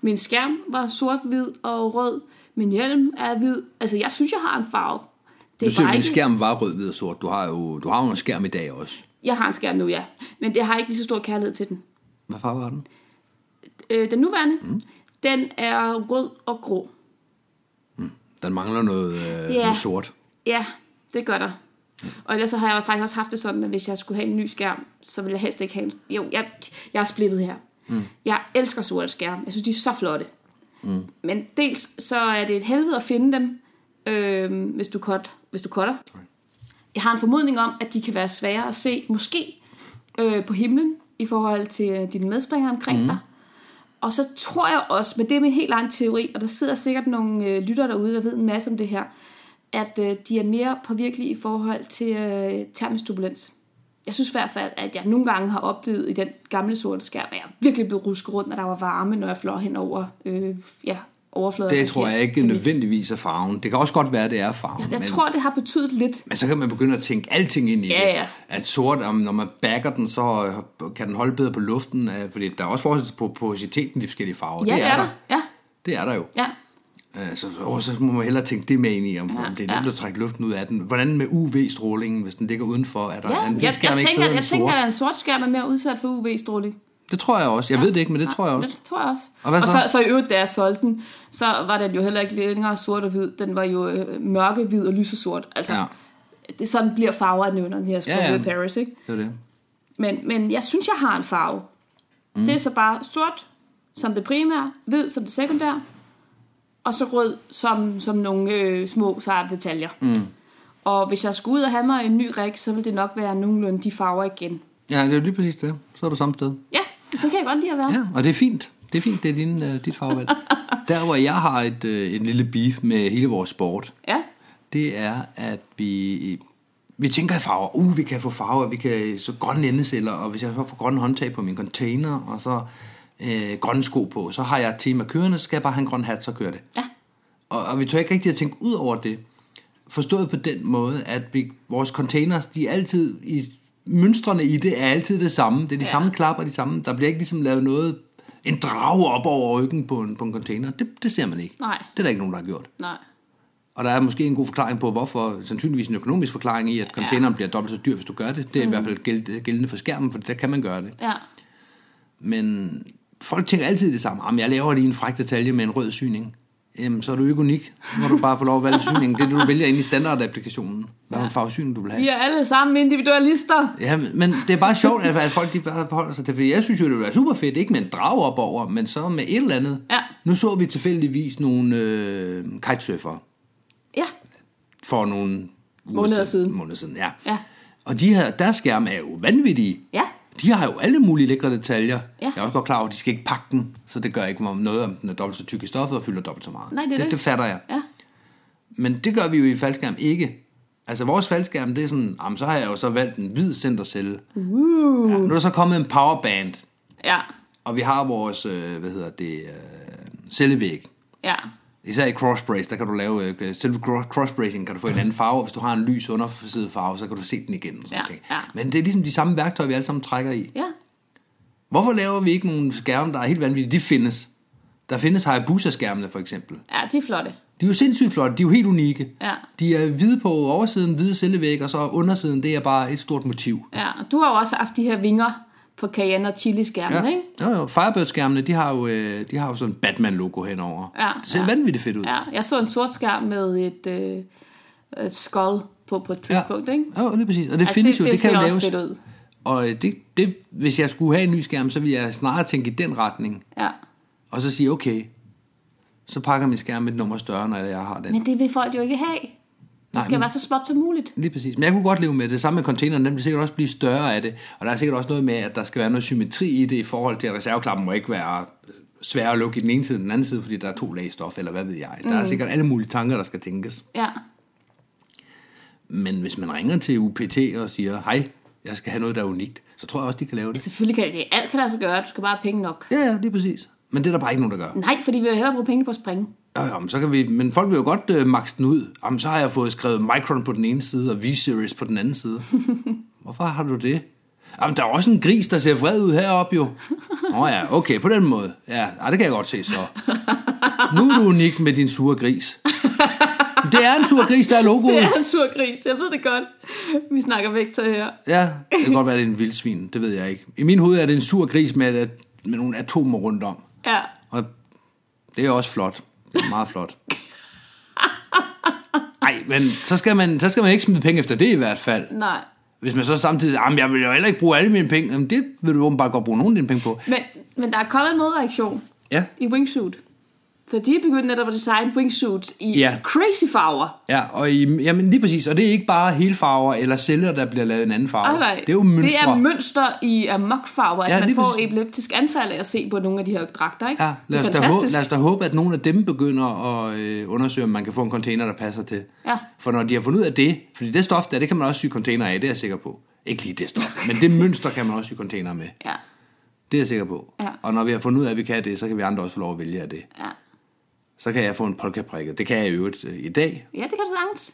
Min skærm var sort, hvid og rød. Min hjelm er hvid. Altså, jeg synes, jeg har en farve. Det
Du
bare
siger, at
ikke-
din skærm var rød, hvid og sort. Du har jo du har jo en skærm i dag også.
Jeg har en skærm nu, ja. Men jeg har ikke lige så stor kærlighed til den.
Hvad farve var den?
Øh, den nuværende, mm. den er rød og grå.
Den mangler noget, øh,
Ja.
noget sort.
Ja, det gør der. Og ellers så har jeg faktisk også haft det sådan, at hvis jeg skulle have en ny skærm, så ville jeg helst ikke have en... Jo, jeg, jeg er splittet her. Mm. Jeg elsker sorte skærme. Jeg synes, de er så flotte. Mm. Men dels så er det et helvede at finde dem, øh, hvis du cut, hvis du cutter. Jeg har en formodning om, at de kan være svære at se, måske øh, på himlen, i forhold til øh, dine medspringere omkring
Mhm.
mm. dig. Og så tror jeg også, men det er min helt egen teori, og der sidder sikkert nogle øh, lytter derude, der ved en masse om det her, at øh, de er mere påvirkelige i forhold til øh, termisk turbulens. Jeg synes i hvert fald, at jeg nogle gange har oplevet i den gamle sorte skærm, at jeg virkelig blev rusket rundt, når der var varme, når jeg flår hen over øh, ja, overfladen.
Det tror jeg ikke nødvendigvis er farven. Det kan også godt være, det er farven.
Jeg
men-
tror, det har betydet lidt.
Men så kan man begynde at tænke alting ind i
Ja,
det.
ja.
At sort, om når man backer den, så øh, kan den holde bedre på luften. øh, Fordi der er også forskel på porositeten i de forskellige farver.
Ja,
det er der.
Ja,
Det er der jo.
ja.
Øh, Så, åh, så må man hellere tænke det med ind i, om,
Ja,
ja, om det er nemt
ja.
at trække luften ud af den. Hvordan med UV-strålingen, hvis den ligger udenfor? Er der
ja.
er en
Jeg, jeg,
skærm ikke
tænker,
bedre end
jeg tænker,
sort?
at en sort skærm er mere udsat for UV-stråling.
Det tror jeg også. Jeg ved det ikke, men det tror jeg
Ah, Men
også.
Det tror jeg også.
Og hvad
og
så?
så, så i øvrigt, da jeg solgte den, så var den jo heller ikke længere sort og hvid. Den var jo øh, mørke, hvid og lysesort. Altså, ja.
Ja.
det, sådan bliver farver af nævneren her,
Ja,
ja,
ja.
ja. Paris, ikke?
Det er det.
Men, men jeg synes, jeg har en farve. Mm. Det er så bare sort som det primære, hvid som det sekundære, og så rød som, som nogle øh, små sarte detaljer. Mm. Og hvis jeg skulle ud og have mig en ny rig, så ville det nok være nogenlunde de farver igen.
Ja, det er jo lige præcis det. Så er du samme sted.
Ja, det kan jeg godt lide at være.
Ja, og det er fint. Det er fint, det er din, øh, dit
[laughs]
farvevalg. Der, hvor jeg har et, øh, en lille beef med hele vores sport,
ja.
det er, at vi, vi tænker i farver. Uh, vi kan få farver, vi kan så grønne endeceller, og hvis jeg så får grønne håndtag på min container, og så øh, grønne sko på, så har jeg et tema kørende, så skal jeg bare have en grøn hat, så kører det.
ja.
Og, og vi tør ikke rigtig at tænke ud over det. Forstået på den måde, at vi, vores containers, de er altid i mønstrene i det er altid det samme. Det er de ja. samme klapper, de samme. Der bliver ikke ligesom lavet noget, en drage op over ryggen på en, på en container. Det, det ser man ikke.
Nej.
Det er der ikke nogen, der har gjort.
Nej.
Og der er måske en god forklaring på, hvorfor, sandsynligvis en økonomisk forklaring i, at containeren ja. bliver dobbelt så dyr, hvis du gør det. Det er mm. i hvert fald gæld- gældende for skærmen, for der kan man gøre det.
Ja.
Men folk tænker altid det samme. Jamen, jeg laver lige en fræk detalje med en rød syning. Jamen, så er du ikke unik. Så må du bare få lov at valge syningen. Det er det, du vælger ind i standardapplikationen. Hvad for en farvesyning, du vil have.
Vi er alle sammen individualister.
Ja, men men det er bare sjovt, at, at folk de bare forholder sig til, fordi jeg synes jo, det ville være super fedt, ikke med en drag op over, men så med et eller andet.
Ja.
Nu så vi tilfældigvis nogle øh, kitesurfere
Ja,
for nogle uger
Måneder siden.
Måneder siden, ja.
Ja.
Og de her, deres skærme er jo vanvittige.
Ja.
De har jo alle mulige lækre detaljer.
Ja.
Jeg er også godt klar over, at de skal ikke pakke den, så det gør ikke noget, om den er dobbelt så tyk i stoffet og fylder dobbelt så meget.
Nej, det er
det,
det.
det fatter jeg.
Ja.
Men det gør vi jo i faldskærm ikke. Altså vores faldskærm, det er sådan, jamen, så har jeg jo så valgt en hvid centercelle.
Mhm.
Uh. Ja, nu er der så kommet en powerband,
Ja.
og vi har vores, øh, hvad hedder det, øh, cellevæg.
Ja.
Især i crossbrace, der kan du lave, øh, selve cro- crossbracing kan du få
Mm.
en anden farve, og hvis du har en lys underside farve, så kan du se den igennem. og Sådan
Ja,
ting.
ja.
Men det er ligesom de samme værktøjer, vi alle sammen trækker i.
Ja.
Hvorfor laver vi ikke nogle skærme, der er helt vanvittige? De findes. Der findes Hayabusa-skærmene for eksempel.
Ja, de er flotte.
De er jo sindssygt flotte, de er jo helt unikke.
Ja.
De er hvide på oversiden, hvide cellevæg, og så undersiden, det er bare et stort motiv.
Ja, og du har jo også haft de her vinger på cayenne og chili skærmen, ikke?
Jo, jo. Firebird-skærmene, de har jo, øh, de har jo sådan en Batman-logo henover.
Ja,
det ser
ja.
vanvittigt fedt ud.
Ja, jeg så en sort skærm med et, øh, et skull på på et tidspunkt, ikke?
Ja, det er præcis. Og det
Ja,
findes jo, det,
det
kan
ser
jo
også
laves.
fedt ud.
Og øh, det, det, hvis jeg skulle have en ny skærm, så ville jeg snarere tænke i den retning.
Ja.
Og så sige, okay, så pakker min skærm et nummer større, når jeg har den.
Men det vil folk jo ikke have. Det
Nej,
skal
men-
være så småt som muligt.
Lige præcis. Men jeg kunne godt leve med det. Samme med containeren, den vil sikkert også blive større af det. Og der er sikkert også noget med, at der skal være noget symmetri i det i forhold til, at reserveklappen må ikke være øh, svær at lukke i den ene side og den anden side, fordi der er to lag stof, eller hvad ved jeg. Der er sikkert alle mulige tanker, der skal tænkes.
Ja.
Men hvis man ringer til UPT og siger, hej, jeg skal have noget, der er unikt, så tror jeg også, de kan lave det.
Selvfølgelig kan det. Alt kan lade sig gøre. Du skal bare have penge nok.
Ja, ja, lige præcis. Men det er der bare ikke nogen, der gør.
Nej, fordi vi vil hellere bruge penge på at springe.
Jo, jo, men, så kan vi, men folk vil jo godt øh, maxe den ud. Jamen, så har jeg fået skrevet Micron på den ene side, og V-Series på den anden
[laughs]
side. Hvorfor har du det? Jamen, der er også en gris, der ser vred ud
[laughs]
heroppe jo. Nå ja, okay, på den måde. Ja, ej, det kan jeg godt se så. Nu er du unik med din sure gris. Det er en sur gris, der er
[laughs] Det
logoet.
er en sur gris. Jeg ved det godt. Vi snakker væk til her.
Ja, det kan godt være, det er en vildsvin. Det ved jeg ikke. I min hoved er det en sur gris med, med nogle atomer rundt om.
Ja.
Og det er også flot. Det er meget
[laughs]
flot. Nej, men så skal, man, så skal man ikke smide penge efter det i hvert fald.
Nej.
Hvis man så samtidig jamen jeg vil jo heller ikke bruge alle mine penge. Jamen, det vil du åbenbart godt bruge nogle af dine penge på.
Men, men der er kommet en modreaktion
Ja,
i wingsuit. For de er begyndt netop at designe wingsuits i
Ja.
crazy farver.
ja og i, jamen lige præcis. Og det er ikke bare helfarver eller celler, der bliver lavet en anden farve.
Ej, nej.
Det er jo mønstre.
Det er mønster i amokfarver. Altså,
Ja,
ja, man
lige
får
præcis.
epileptisk anfald af at se på nogle af de her dragter, ikke?
Ja, lad os,
det er
da håbe,
fantastisk.
lad os da håbe, at nogle af dem begynder at øh, undersøge, om man kan få en container, der passer til.
Ja.
For når de har fundet ud af det, fordi det stof der, det kan man også sy container af, det er jeg sikker på. Ikke lige det stof, men det mønster kan man også sy container med.
Ja,
Det er jeg sikker på.
Ja.
Og når vi har fundet ud af, at vi kan det, så kan vi andre også få lov at vælge af det.
ja.
Så kan jeg få en polkaprikke. Det kan jeg i øvrigt øh, i dag,
ja, det kan du sagtens.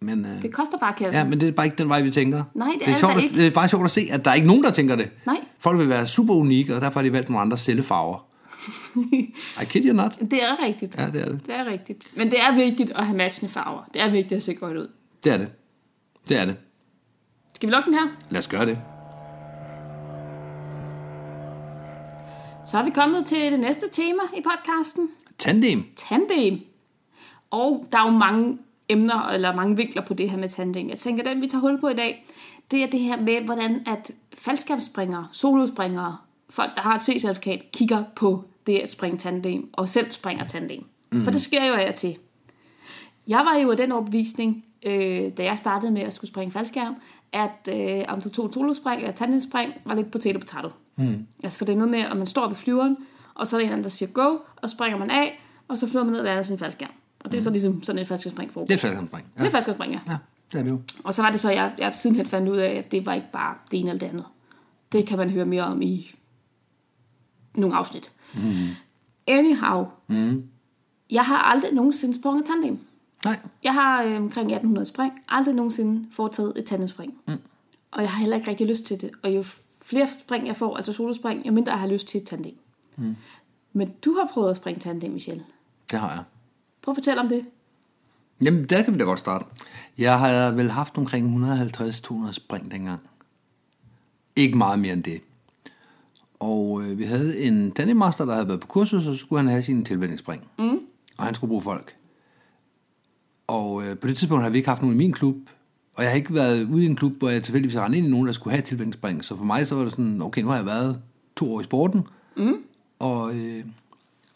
men... Øh,
Det koster bare kassen.
Ja, men det er bare ikke den vej, vi tænker.
Nej, det er
det
det
sjovt
da
at,
ikke.
Det er bare sjovt at se, at der er ikke nogen, der tænker det.
Nej.
Folk vil være super unikke, og derfor har de valgt nogle andre cellefarver. I kid you not.
[laughs] Det er rigtigt.
Ja, det er det.
Det er rigtigt. Men det er vigtigt at have matchende farver. Det er vigtigt at se godt ud.
Det er det. Det er det.
Skal vi lukke den her?
Lad os gøre det.
Så er vi kommet til det næste tema i podcasten.
Tandem.
Tandem. Og der er jo mange emner, eller mange vinkler på det her med tandem. Jeg tænker, den vi tager hul på i dag, det er det her med, hvordan at faldskabsspringere, solospringere, folk, der har et C-certifikat, kigger på det at springe tandem, og selv springer tandem. Mm. For det sker jo af og til. Jeg var jo af den overbevisning, øh, da jeg startede med at skulle springe faldskærm, at øh, om du tog et solospring eller et tandemspring, var lidt potato potato. Mm. Altså for det er noget med, at man står oppe i flyveren, og så er der en anden, der siger go, og så springer man af, og så flyver man ned og lander sin faldskærm. Og det er så ligesom sådan et faldskærmspring for.
Det er et faldskærmspring.
det er faldskærmspring, ja.
ja, det er det jo.
Og så var det så, jeg, jeg sidenhen fandt ud af, at det var ikke bare det ene eller det andet. Det kan man høre mere om i nogle afsnit. Mm. Anyhow, mm. jeg har aldrig nogensinde sprunget tandem.
Nej.
Jeg har øh, omkring 1800 spring, aldrig nogensinde foretaget et tandemspring. Mm. Og jeg har heller ikke rigtig lyst til det. Og jo flere spring jeg får, altså solospring, jo mindre jeg har lyst til et tandem. Mm. Men du har prøvet at springe tandem, Michelle.
Det har jeg.
Prøv at fortælle om det.
Jamen, der kan vi da godt starte. Jeg har vel haft omkring 150-200 spring dengang. Ikke meget mere end det. Og øh, vi havde en tandemaster, der havde været på kursus, og så skulle han have sine tilvændingsspring. Mm. Og han skulle bruge folk. Og øh, på det tidspunkt har vi ikke haft nogen i min klub, og jeg har ikke været ude i en klub, hvor jeg tilfældigvis rendte ind i nogen, der skulle have et tilvændingsspring. Så for mig så var det sådan, okay, nu har jeg været to år i sporten, mm. og, øh,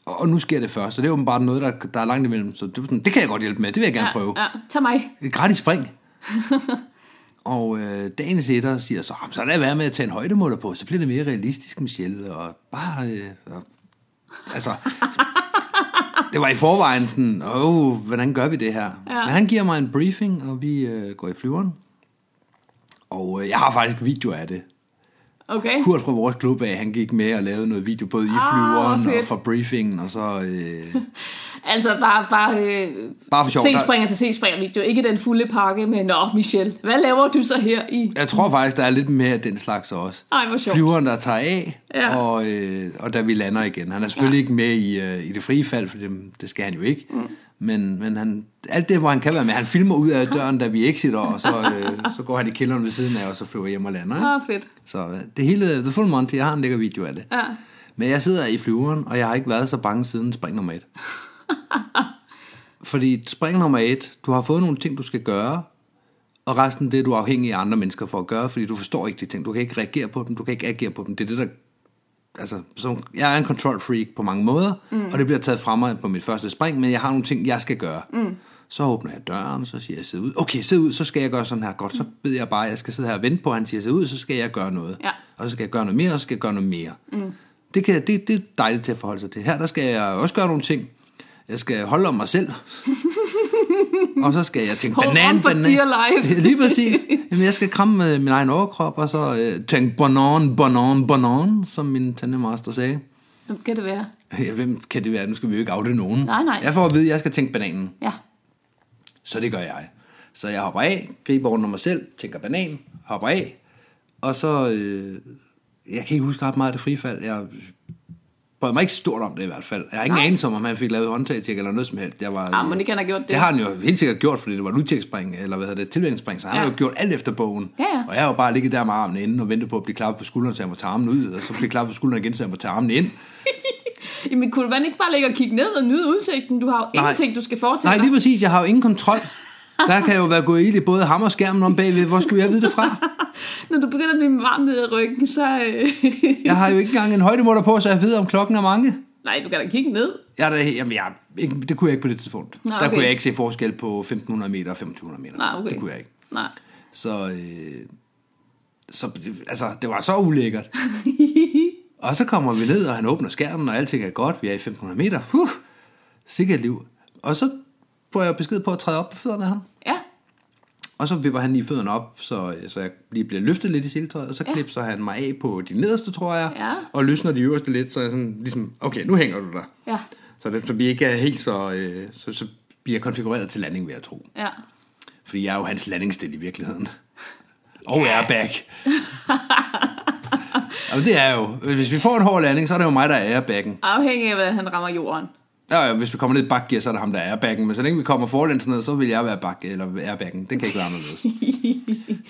og, og nu sker det først. Og det er åbenbart noget, der, der er langt imellem, så det, var sådan, det kan jeg godt hjælpe med, det vil jeg gerne prøve.
Ja, tag mig. [laughs]
Et gratis spring. og øh, dagens etter siger så, "Jamen, så lad være med at tage en højdemåler på, så bliver det mere realistisk, Michelle, og bare, øh, og,
[laughs]
altså, det var i forvejen sådan, åh, hvordan gør vi det her? Ja. Men han giver mig en briefing, og vi øh, går i flyveren, og øh, jeg har faktisk video af det.
Okay.
Kurt fra vores klub af, han gik med og lavede noget video både i
Ah,
flyveren
fedt.
og fra briefingen, og så... Øh,
Altså bare, bare, øh,
Bare for sjov, der-
C-springer til C-springer video. Ikke den fulde pakke, men nå, Michelle, hvad laver du så her i?
jeg tror faktisk, der er lidt mere af den slags også.
Ej, hvor sjovt.
Flyveren, der tager af,
Ja.
ja. og, øh, og da vi lander igen. Han er selvfølgelig ja. ikke med i, øh, i det frie fald, for det, det skal han jo ikke. Mm. Men, men han, alt det, hvor han kan være med, han filmer ud [laughs] af døren, da vi exiter, og så, øh, så går han i kælderen ved siden af, og så flyver hjem og lander. Ikke?
Ah, fedt.
Så øh, det hele, The Full Monty, jeg har en lækker video af det.
Ja.
Men jeg sidder i flyveren, og jeg har ikke været så bange siden spring nummer et. Fordi spring nummer et, du har fået nogle ting, du skal gøre, og resten det er du afhængig af andre mennesker for at gøre, fordi du forstår ikke de ting. Du kan ikke reagere på dem, du kan ikke agere på dem. Det er det, der... Altså, som, jeg er en control freak på mange måder, mm. og det bliver taget fra mig på mit første spring, men jeg har nogle ting, jeg skal gøre. Mm. Så åbner jeg døren, så siger jeg, sid ud. Okay, sid ud, så skal jeg gøre sådan her. Godt, så ved jeg bare, at jeg skal sidde her og vente på, at han siger, sid ud, så skal jeg gøre noget.
Ja.
Og så skal jeg gøre noget mere, og så skal jeg gøre noget mere. Mm. Det, kan, det, det er dejligt til at forholde sig til. Her der skal jeg også gøre nogle ting. Jeg skal holde om mig selv. og så skal jeg
Mm.
tænke,
Hold
banan,
on for
banan.
dear life.
[laughs] Lige præcis. Jamen, jeg skal kramme med min egen overkrop, og så øh, tænke banan, banan, banan, som min tandemaster sagde.
Hvem kan det være?
Ja, hvem kan det være? Nu skal vi jo ikke oute nogen.
Nej, nej.
Jeg får at vide, at jeg skal tænke bananen.
Ja.
Så det gør jeg. Så jeg hopper af, griber rundt om mig selv, tænker banan, hopper af, og så... Øh, jeg kan ikke huske ret meget af det frifald. Jeg prøvede mig ikke stort om det i hvert fald. Jeg har ingen anelse om, om han fik lavet håndtagtjek eller noget som helst. Jeg var,
Ah, men ikke han har gjort det.
Det har han jo helt sikkert gjort, fordi det var et udtjeksspring, eller hvad hedder det, tilvændingsspring, så han
Ja.
ja. har jo gjort alt efter bogen.
Ja, ja.
Og jeg har jo bare ligget der med armen inde og ventet på at blive klappet på skulderen, så jeg må tage armen ud, og så blive klappet på skulderen igen, så jeg må tage armen ind.
Jamen, kunne man ikke bare ligge og kigge ned og nyde udsigten? Du har jo
Nej.
ingenting, du skal foretage
Nej,
dig.
lige præcis. Jeg har jo ingen kontrol.
[laughs]
Der kan jo være gået ild i både ham og skærmen om bagved. Hvor skulle jeg vide det fra?
Når du begynder at blive varm ned i ryggen, så... Øh...
Jeg har jo ikke engang en højdemåler på, så jeg ved, om klokken er mange.
[laughs] Nej, du kan da kigge ned.
Jeg er da, jamen, jeg, er ikke, det kunne jeg ikke på det tidspunkt.
Nå,
Der
okay.
kunne jeg ikke se forskel på 1500 meter og 2500 meter.
Nej, okay.
Det kunne jeg ikke.
Nej. [laughs]
Så, øh, så altså, det var så ulækkert. og så kommer vi ned, og han åbner skærmen, og alting er godt. Vi er i 1500 meter. Huh, sikkert liv. Og så får jeg besked på at træde op på fødderne af ham.
Ja.
Og så vipper han lige fødderne op, så, så jeg lige bliver løftet lidt i siltøjet, og så
Ja.
ja. klipser han mig af på de nederste, tror jeg,
Ja.
og løsner de øverste lidt, så jeg sådan ligesom, okay, nu hænger du der.
Ja.
Så, det, så vi ikke er helt så, øh, så, så bliver konfigureret til landing, vil jeg tro.
Ja. [laughs]
Fordi jeg er jo hans landingsstil i virkeligheden. Og yeah. airbag. Jamen, det er jo. Hvis vi får en hård landing, så er det jo mig, der er airbaggen.
Afhængig af, hvordan han rammer jorden. [laughs]
Ja, ja, hvis vi kommer ned i et bakgear, så er det ham, der er airbaggen. Men så længe vi kommer forlæns ned, så vil jeg være bak, eller airbaggen. Det kan ikke være anderledes.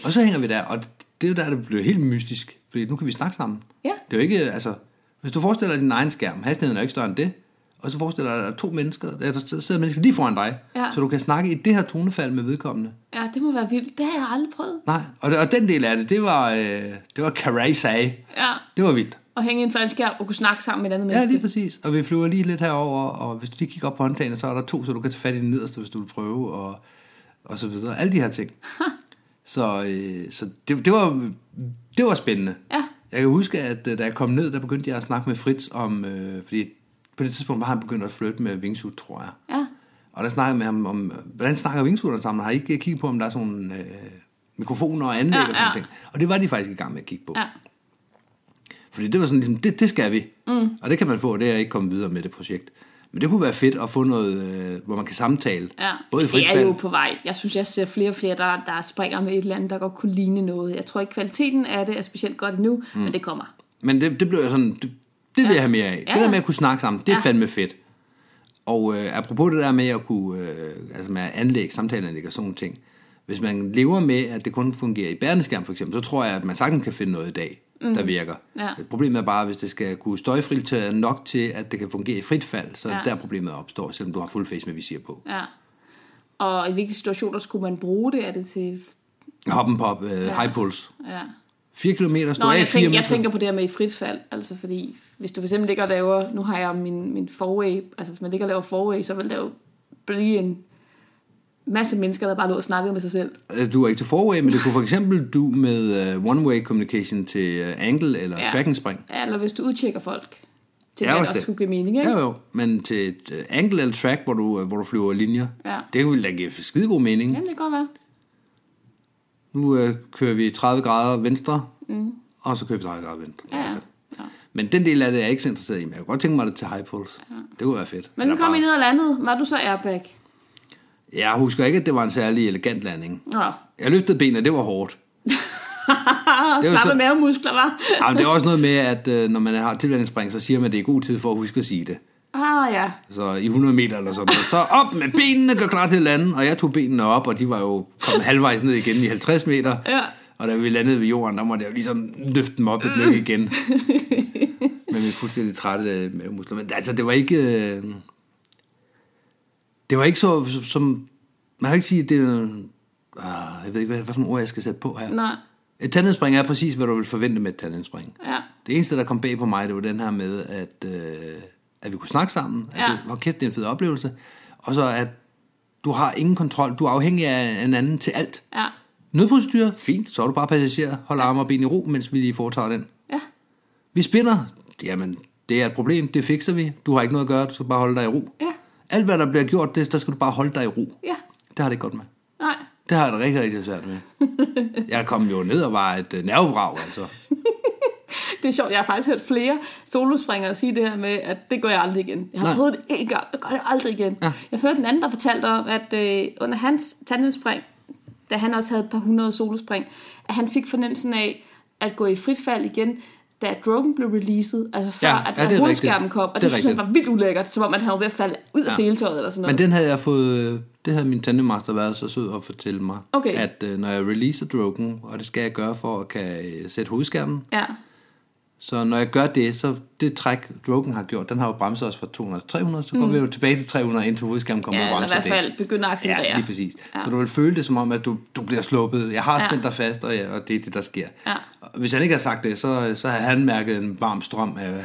og så hænger vi der, og det er der, det bliver helt mystisk. Fordi nu kan vi snakke sammen.
Ja.
Det er jo ikke, altså... Hvis du forestiller dig din egen skærm, hastigheden er jo ikke større end det. Og så forestiller dig, at der er to mennesker, ja, der sidder mennesker lige foran dig.
Ja.
Så du kan snakke i det her tonefald med vedkommende.
Ja, det må være vildt. Det har jeg aldrig prøvet.
Nej, og, og den del af det, det var, øh, det var Karazai.
Ja.
Det var vildt.
Og hænge i en falsk og kunne snakke sammen med et andet
Ja,
menneske.
lige præcis. Og vi flyver lige lidt herover, og hvis du lige kigger op på håndtagene, så er der to, så du kan tage fat i den nederste, hvis du vil prøve, og, og så videre. Alle de her
[laughs]
ting. så øh, så det, det, var, det var spændende.
Ja.
Jeg kan huske, at øh, da jeg kom ned, der begyndte jeg at snakke med Fritz om, øh, fordi på det tidspunkt var han begyndt at flytte med wingsuit, tror jeg.
Ja.
Og der snakkede jeg med ham om, øh, hvordan snakker wingsuiterne sammen? Har I ikke kigget på, om der er sådan nogle øh, mikrofoner og anlæg
Ja,
ja, og sådan
ja.
ja. ting? Og det var de faktisk i gang med at kigge på.
Ja.
Fordi det var sådan ligesom, det, det skal vi. Mm. Og det kan man få, og det er jeg ikke kommet videre med det projekt. Men det kunne være fedt at få noget, øh, hvor man kan samtale.
Ja.
Både i
det er
fritfald.
jo på vej. Jeg synes, jeg ser flere og flere, der, der springer med et eller andet, der godt kunne ligne noget. Jeg tror ikke, kvaliteten af det er specielt godt endnu, mm. men det kommer.
Men det, det blev jeg sådan, det, det vil jeg have mere af.
Ja.
Det der med at kunne snakke sammen, det er
Ja.
fandme fedt. Og øh, apropos det der med at kunne, øh, altså med at anlægge samtaleanlæg og sådan nogle ting. Hvis man lever med, at det kun fungerer i bærendeskærm for eksempel, så tror jeg, at man sagtens kan finde noget i dag, mm. der virker.
Ja.
Problemet er bare, hvis det skal kunne støjfritage nok til, at det kan fungere i frit fald, så
Ja.
ja. der problemet opstår, selvom du har fuld face med visir på.
Ja. Og i hvilke situationer skulle man bruge det? Er det til...
Hoppen pop, øh, ja. high pulse.
Ja.
4 km, stå
Nå,
af
jeg,
4
tænker,
minutter.
jeg tænker på det her med i frit fald, altså fordi hvis du for eksempel ligger og laver, nu har jeg min, min forway, altså hvis man ligger og laver forway, så vil der jo blive en masse mennesker, der bare lå og snakkede med sig selv.
Øh, Du er ikke til forway, men det kunne for eksempel du med uh, one-way communication til uh, angle eller ja. tracking spring.
Ja, eller hvis du udtjekker folk. Det
Ja,
kan
også
også
det.
skulle give mening, ikke?
Ja, jo. Men til et øh, angle eller track, hvor du, øh, hvor du flyver linjer,
Ja.
det kunne da give skide god mening.
Jamen, det kan godt være.
Nu øh, kører vi 30 grader venstre, mm. og så kører vi 30 grader venstre.
Mhm.
Altså,
Ja, ja. ja.
Men den del af det er jeg ikke så interesseret i, men jeg kunne godt tænke mig det til high pulse. Ja. Det kunne være fedt.
Men nu
Eller
kom I
bare-
ned og landede. Var du så airbag?
Jeg husker ikke, at det var en særlig elegant landing.
Nå.
Jeg løftede benene, det var
[laughs]
hårdt. var
Slappe
så-
mavemuskler, var.
Jamen, det er også noget med, at øh, når man har tilvandingsspring, så siger man, at det er god tid for at huske at sige det.
Ah, ja.
Så i 100 meter eller sådan noget. Så op med benene, gør klar til at lande. Og jeg tog benene op, og de var jo kommet halvvejs ned igen i 50 meter.
Ja.
Og da vi landede ved jorden, der måtte jeg jo ligesom løfte dem op et løb
[laughs]
igen. Men vi er fuldstændig trætte af mavemuskler. Men altså, det var ikke... øh, Det var ikke så... Som, man kan ikke sige, at det er... ah, Jeg ved ikke, hvad, hvad for nogle ord jeg skal sætte på her.
Nej.
Et tandemspring er præcis, hvad du vil forvente med et tandemspring.
Ja.
Det eneste, der kom bag på mig, det var den her med, at, øh, at vi kunne snakke sammen. At
Ja.
det, hvor kæft, det er en fed oplevelse. Og så, at du har ingen kontrol. Du er afhængig af en anden til alt.
Ja.
Nødprocedur, fint. Så er du bare passager. Hold arme og ben i ro, mens vi lige foretager den.
Ja.
Vi spinder. Jamen, det er et problem. Det fikser vi. Du har ikke noget at gøre. Du skal bare holde dig i ro.
Ja.
Alt, hvad der bliver gjort, det, der skal du bare holde dig i ro.
Ja.
Det har det ikke godt med.
Nej.
Det har jeg det rigtig, rigtig svært med. Jeg kom jo ned og var et øh, nervevrag, altså.
Det er sjovt. Jeg har faktisk hørt flere solospringere sige det her med, at det gør jeg aldrig igen. Jeg har
Nej.
prøvet det én gang, jeg gør det aldrig igen. Ja. Jeg hørte en anden, der fortalte om, at øh, under hans tandemspring, da han også havde et par hundrede solospring, at han fik fornemmelsen af at gå i frit fald igen, da Drogen blev releaset, altså før
Ja,
ja, at
ja, det er
ja,
rigtigt.
hovedskærmen kom, og
Det
det,
er
det synes han
rigtigt.
var vildt ulækkert, som om at han var ved at falde ud af ja. seletøjet eller sådan noget.
Men den havde jeg fået, det havde min tandemaster været så sød at fortælle mig,
Okay.
at øh, når jeg releaser drogen, og det skal jeg gøre for at kan øh, sætte hovedskærmen,
Ja,
så når jeg gør det, så det træk, drogen har gjort, den har jo bremset os fra 200 til 300, så går mm. vi jo tilbage til 300, indtil hovedskærmen kommer
ja
og
eller i
bremser
hvert fald begynde at
Ja,
accelerere.
lige præcis. Ja.
Ja.
Så du vil føle det som om, at du, du bliver sluppet. Jeg har
Ja.
spændt dig fast, og, ja, og det er det, der sker.
Ja.
Og Hvis han ikke havde sagt det, så, så havde han mærket en varm strøm af,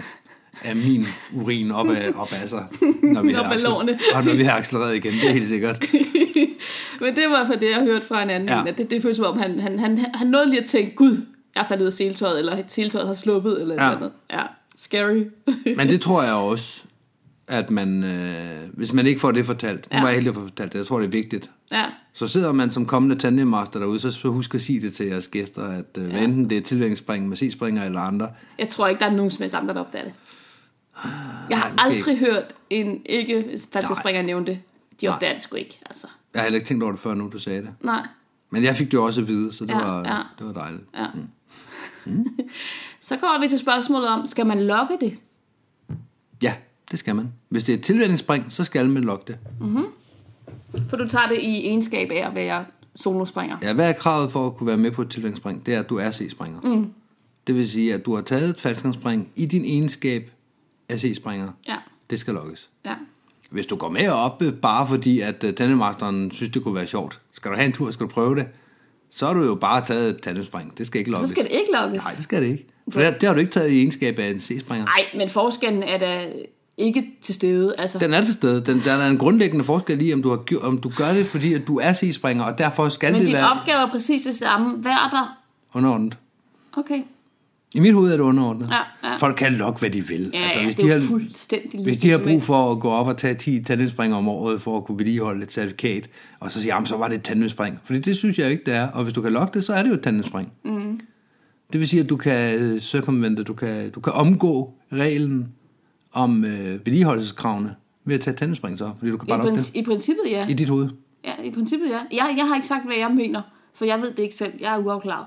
af min urin op af, op af sig, når
Op
vi, havde
af
accel-
lårene.
og når vi har accelereret igen. Det er helt sikkert.
[laughs] Men det var for det, jeg hørte fra en anden
Ja.
ja. at det, det føles som om, han, han, han, han nåede lige at tænke, gud, jeg er faldet ud af seletøjet, eller seletøjet har sluppet, eller
Ja.
ja. noget Ja, scary. [laughs]
Men det tror jeg også, at man, øh, hvis man ikke får det fortalt, nu
Ja.
var jeg heldig at få fortalt det, jeg tror, det er vigtigt.
ja,
Så sidder man som kommende tandemaster derude, så så husk at sige det til jeres gæster, at øh, hvad enten det er tilvægningsspring, massivspringer eller andre,
jeg tror ikke, der er nogen som helst andre, der opdager det. Jeg har
Ah, Nej, måske
aldrig hørt en ikke falsespringer nævne det. De
Nej.
opdager det sgu ikke, altså.
jeg har heller ikke tænkt over det før nu, du sagde det.
Nej,
Men jeg fik det jo også at vide, så det,
Ja,
var,
ja.
det var dejligt.
ja. Mm. [laughs] Så kommer vi til spørgsmålet om, skal man lokke det?
Ja, det skal man. Hvis det er et tilvændingsspring, så skal man logge det.
For du tager det i egenskab af at være solospringer.
Ja, hvad er kravet for at kunne være med på et tilvændingsspring? Det er, at du er C-springer. Mm. Det vil sige, at du har taget et faldskærmsspring i din egenskab af C-springer.
Ja.
Det skal logges.
ja.
Hvis du går med op øh, bare fordi, at øh, tandemasteren synes, det kunne være sjovt, skal du have en tur, skal du prøve det, så har du jo bare taget et tandemspring. Det skal ikke
Så
logges.
skal det ikke lokkes.
Nej, det skal det ikke. For det, det har du ikke taget i egenskab af en C-springer.
Nej, men forskellen er da ikke til stede. Altså,
Den er til stede. Den, der er en grundlæggende forskel i, om du, har, gjort- om du gør det, fordi at du er C-springer, og derfor skal
men
det
din
være
opgave er præcis det samme. Hvad er der?
underordnet.
Okay.
I mit hoved er det underordnet.
Ja, ja.
Folk kan lokke, hvad de vil.
Ja,
altså,
ja,
hvis,
det
de
er jo
har,
fuldstændig
hvis de har brug
ligegyldigt.
for at gå op og tage 10 tandemspringer om året for at kunne vedligeholde et certifikat, og så sige, jamen så var det et tandemspring. Fordi det synes jeg ikke, det er. Og hvis du kan lokke det, så er det jo et tandemspring. Mm. Det vil sige, at du kan øh, circumvente, du kan, du kan omgå reglen om øh, vedligeholdelseskravene ved at tage tandemspring så, fordi du kan bare
I,
lokke det
prin- I princippet ja.
i dit hoved.
ja. I princippet ja. Jeg, jeg har ikke sagt, hvad jeg mener, for jeg ved det ikke selv. Jeg er uafklaret.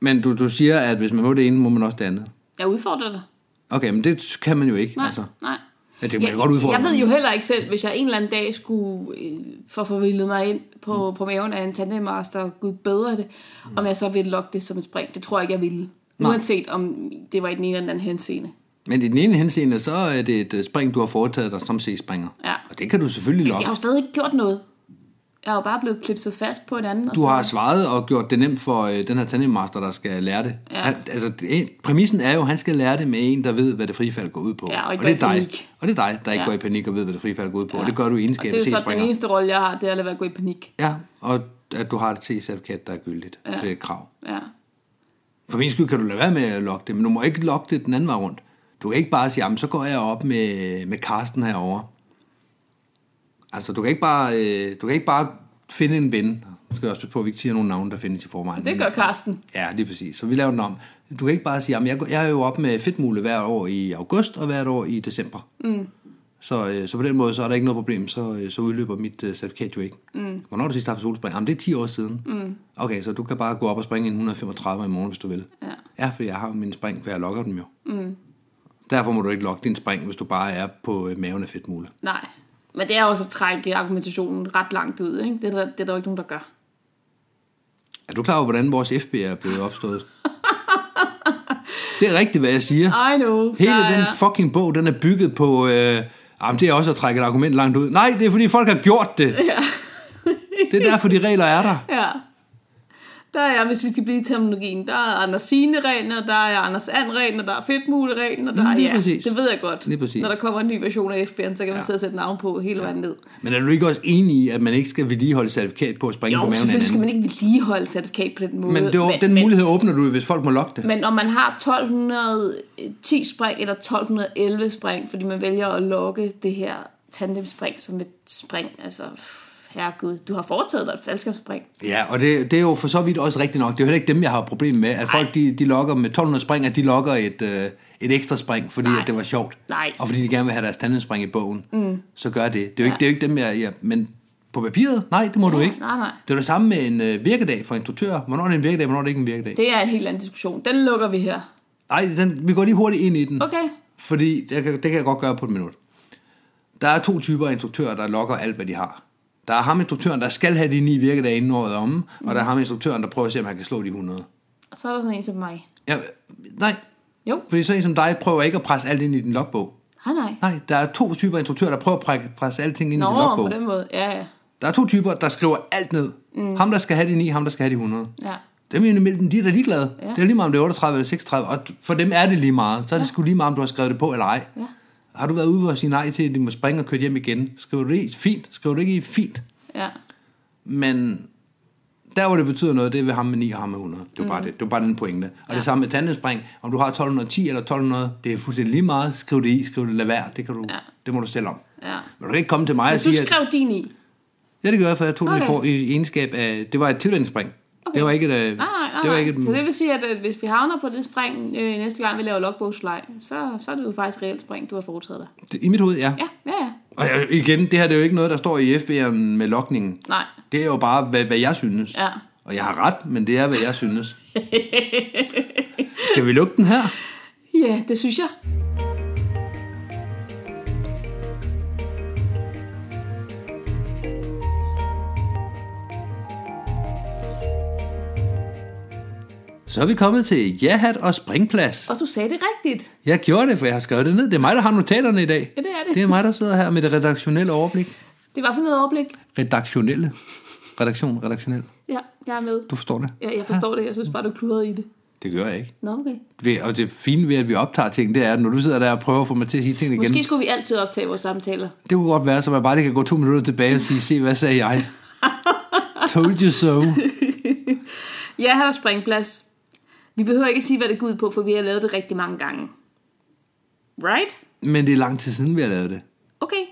Men du, du siger, at hvis man må det ene, må man også det andet.
Jeg udfordrer dig.
Okay, men det kan man jo ikke.
Nej,
Altså,
nej.
ja, det kan man godt udfordre.
jeg ved jo heller ikke selv, hvis jeg en eller anden dag skulle øh, få forvildet mig ind på, mm. på maven af en tandemaster, gud bedre det, mm. om jeg så ville lokke det som et spring. Det tror jeg ikke, jeg ville.
Nej.
Uanset om det var i den ene eller den anden henseende.
Men i den ene henseende, så er det et øh, spring, du har foretaget dig som C-springer.
Ja.
Og det kan du selvfølgelig
Jeg
lokke.
har jo stadig ikke gjort noget. Jeg er jo bare blevet klipset fast på en anden. og
Du
så-
har svaret og gjort det nemt for øh, den her tandemmaster, der skal lære det.
Ja.
Han, altså, det, præmissen er jo, at han skal lære det med en, der ved, hvad det frifald går ud på.
Ja, og ikke
det er
går i
dig.
panik.
Og det er dig, der ikke
Ja.
går i panik og ved, hvad det frifald går ud på. Og det gør du i
Og det
egenskab
er
af
jo så den
C-springer.
eneste rolle, jeg har, det er at lade være at gå i panik.
Ja, og at du har et T-certifikat, der er gyldigt. Ja. Det er et krav.
Ja.
For min skyld kan du lade være med at logge det, men du må ikke logge det den anden vej rundt. Du kan ikke bare sige, jamen så går jeg op med, med Karsten herover. Altså, du kan ikke bare, øh, du kan ikke bare finde en ven. Nu skal jeg også passe på, at vi ikke siger nogle navne, der findes i forvejen.
Det gør Karsten.
Ja, lige præcis. Så vi laver den om. Du kan ikke bare sige, at jeg, går- jeg er jo op med fedtmule hvert år i august og hvert år i december. Mm. Så, øh, så på den måde, så er der ikke noget problem, så, øh, så udløber mit øh, certifikat jo ikke. Mm. Hvornår har du sidst haft solspring? Jamen, det er 10 år siden. Mm. Okay, så du kan bare gå op og springe en 135 i morgen, hvis du vil.
Ja.
ja for jeg har jo mine spring, for jeg logger dem jo. Mm. Derfor må du ikke logge din spring, hvis du bare er på øh, maven af fedtmule.
Nej. Men det er også at trække argumentationen ret langt ud, ikke? Det er der, det er der jo ikke nogen, der gør.
Er du klar over, hvordan vores FB er blevet [laughs] opstået? det er rigtigt, hvad jeg siger.
I know.
Hele
der
den
er-
fucking bog, den er bygget på... Øh, jamen, det er også at trække et argument langt ud. Nej, det er fordi folk har gjort det.
[laughs] Ja. [laughs]
Det er derfor, de regler er der.
Ja. Der er, hvis vi skal blive i terminologien, der er Anders Signe reglen, og der er Anders And reglen, og der er Fedtmule reglen, og der er,
Lige
ja,
præcis.
det ved jeg godt.
Lige præcis.
Når der kommer en ny version af FBN, så kan man ja. sidde og sætte navn på hele vejen ned.
Men er du ikke også enig i, at man ikke skal vedligeholde certifikat på at springe på
Jo,
maven af en
selvfølgelig skal
anden?
man ikke vedligeholde certifikat på den måde.
Men det, er jo- den mulighed åbner du, jo, hvis folk må logge det.
Men om man har 1210 spring eller 1211 spring, fordi man vælger at lokke det her tandemspring som et spring, altså herregud, du har foretaget dig et faldskabsspring.
Ja, og det, det er jo for så vidt også rigtigt nok. Det er jo heller ikke dem, jeg har problem med. At folk, de, de logger med 1200 spring, at de logger et, øh, et ekstra spring, fordi
Nej.
at det var sjovt.
Nej.
Og fordi de gerne vil have deres tandemspring i bogen. Mm. Så gør det. Det er jo ikke, det er jo ikke dem, jeg... jeg men på papiret? Nej, det må du ikke.
nej, nej.
Det er jo det samme med en øh, virkedag for instruktører. Hvornår er det en virkedag, hvornår er det ikke en virkedag?
Det er en helt anden diskussion. Den lukker vi her.
Nej, den, vi går lige hurtigt ind i den.
Okay.
Fordi det kan, det kan jeg godt gøre på et minut. Der er to typer af instruktører, der lokker alt, hvad de har. Der er ham instruktøren, der skal have de ni virkedage inden året er omme, mm. og der er ham instruktøren, der prøver at se, om han kan slå de 100.
Og så er der sådan en som mig.
Ja, nej,
Jo,
fordi sådan en som dig prøver ikke at presse alt ind i din logbog.
nej nej.
Nej, der er to typer af instruktører, der prøver at præ- presse alting ind i sin
Nå,
logbog.
på den måde. Ja, ja.
Der er to typer, der skriver alt ned. Mm. Ham, der skal have de 9, ham, der skal have de 100.
ja.
Dem imellem, de er da ligeglade. Ja.
Ja.
Det er lige meget, om det er 38 eller 36, og for dem er det lige meget. Så er det sgu lige meget, om du har skrevet det på eller ej.
Ja.
Har du været ude og sige nej til, at de må springe og køre hjem igen? Skriver du det i? Fint. Skriver du ikke i? Fint.
Ja.
Men der, hvor det betyder noget, det er ved ham med 9 og ham med 100. Det er mm. bare det. Det er bare den pointe. Og ja. det samme med tandemspring. Om du har 1210 eller 1200, det er fuldstændig lige meget. Skriv det i, skriv det, lad være. Det, kan du,
Ja.
det må du selv om.
Ja.
Men du kan ikke komme til mig og
Men du
sige, at...
skrev din i.
Ja, det gør jeg, for jeg tog okay. den i,
Okay.
for, i egenskab af... Det var et tilvændingsspring. Okay. Det var ikke et...
Nej, nej,
øh,
nej.
det var ikke
nej. Ah, Så det vil sige, at øh, hvis vi havner på det spring øh, næste gang, vi laver logbogsleg, så, så er det jo faktisk reelt spring, du har foretaget dig.
et, I mit hoved, ja.
Ja, ja, ja.
Og jeg- igen, det her det er jo ikke noget, der står i FB'eren med lokningen.
Nej.
Det er jo bare, hvad, hvad jeg synes.
Ja.
Og jeg har ret, men det er, hvad jeg synes. Skal vi lukke den her?
Ja, det synes jeg.
Så er vi kommet til jahat og springplads.
Og du sagde det rigtigt.
Jeg gjorde det, for jeg har skrevet det ned. Det er mig, der har notaterne i dag.
Ja, det er det.
Det er mig, der sidder her med det redaktionelle overblik.
Det er i hvert fald noget overblik.
Redaktionelle. Redaktion, redaktionel.
Ja, jeg er med.
Du Ah. forstår det?
Ja, jeg forstår det. Jeg synes bare, du kludrede i det.
Det gør jeg ikke.
Nå, okay.
Ved- Og det fine ved, at vi optager ting, det er, at når du sidder der og prøver at få mig til at sige ting igen,
Måske skulle vi altid optage vores samtaler. [laughs]
Det kunne godt være, så man bare lige kan gå to minutter tilbage og sige, se, hvad sagde jeg? Told you so.
Ja, her er springplads. Vi behøver ikke sige, hvad det går ud på, for vi har lavet det rigtig mange gange. Right?
Men det er lang tid siden, vi har lavet det.
Okay,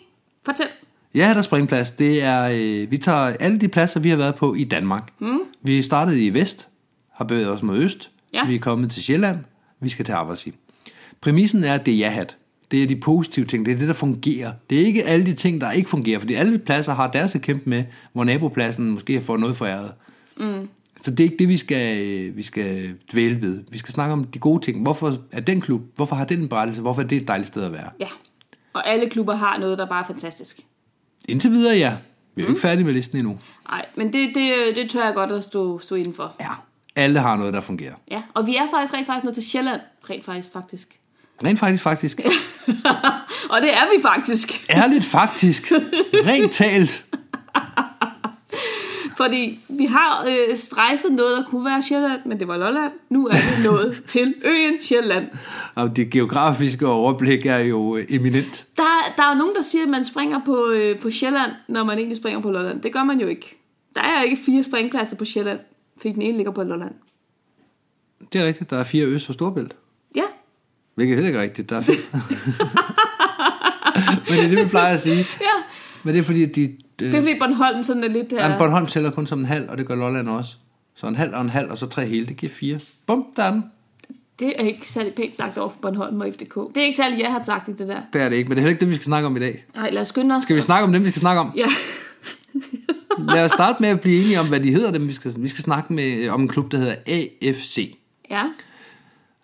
fortæl.
Ja, der er springplads. Det er, øh, vi tager alle de pladser, vi har været på i Danmark. Mm. Vi startede i vest, har bevæget os mod øst.
Ja.
Vi er kommet til Sjælland. Vi skal til Aversi. Præmissen er, at det er jahat. Det er de positive ting. Det er det, der fungerer. Det er ikke alle de ting, der ikke fungerer. Fordi alle pladser har deres at kæmpe med, hvor nabopladsen måske har fået noget foræret. Så det er ikke det, vi skal, øh, vi skal dvæle ved. Vi skal snakke om de gode ting. Hvorfor er den klub? Hvorfor har den en berettelse? Hvorfor er det et dejligt sted at være?
Ja. Og alle klubber har noget, der bare er fantastisk.
Indtil videre, ja. Vi er jo ikke færdige med listen endnu.
Nej, men det, det, det tør jeg godt at stå, stå indenfor.
Ja. Alle har noget, der fungerer.
Ja, og vi er faktisk rent faktisk nået til Sjælland. Rent faktisk, faktisk. [laughs]
Rent faktisk, faktisk.
og det er vi faktisk.
Ærligt faktisk. Rent talt.
Fordi vi har øh, strejfet noget, der kunne være Sjælland, men det var Lolland. Nu er vi nået til øen Sjælland.
Og det geografiske overblik er jo øh, eminent.
Der, der er jo nogen, der siger, at man springer på, øh, på Sjælland, når man egentlig springer på Lolland. Det gør man jo ikke. Der er ikke fire springpladser på Sjælland, fordi den ene ligger på Lolland.
Det er rigtigt, der er fire øst for Storbælt.
Ja,
Hvilket er heller ikke er rigtigt, der er fem. [laughs] Men det er det, vi plejer at sige.
ja.
Men det er fordi, at de... Øh,
Det er fordi Bornholm sådan er lidt...
Ja.
Øh,
Bornholm tæller kun som en halv, og det gør Lolland også. Så en halv og en halv, og så tre hele, det giver fire. Bum, der er den.
det er ikke særlig pænt sagt over for Bornholm og FDK. Det er ikke særlig, jeg har sagt det der.
Det er det ikke, men det er heller ikke det, vi skal snakke om i dag.
Nej, lad os skynde os.
Skal vi snakke om dem, vi skal snakke om?
Ja.
Lad os starte med at blive enige om, hvad de hedder, dem vi skal, vi skal snakke med, øh, om en klub, der hedder AFC.
[laughs] ja.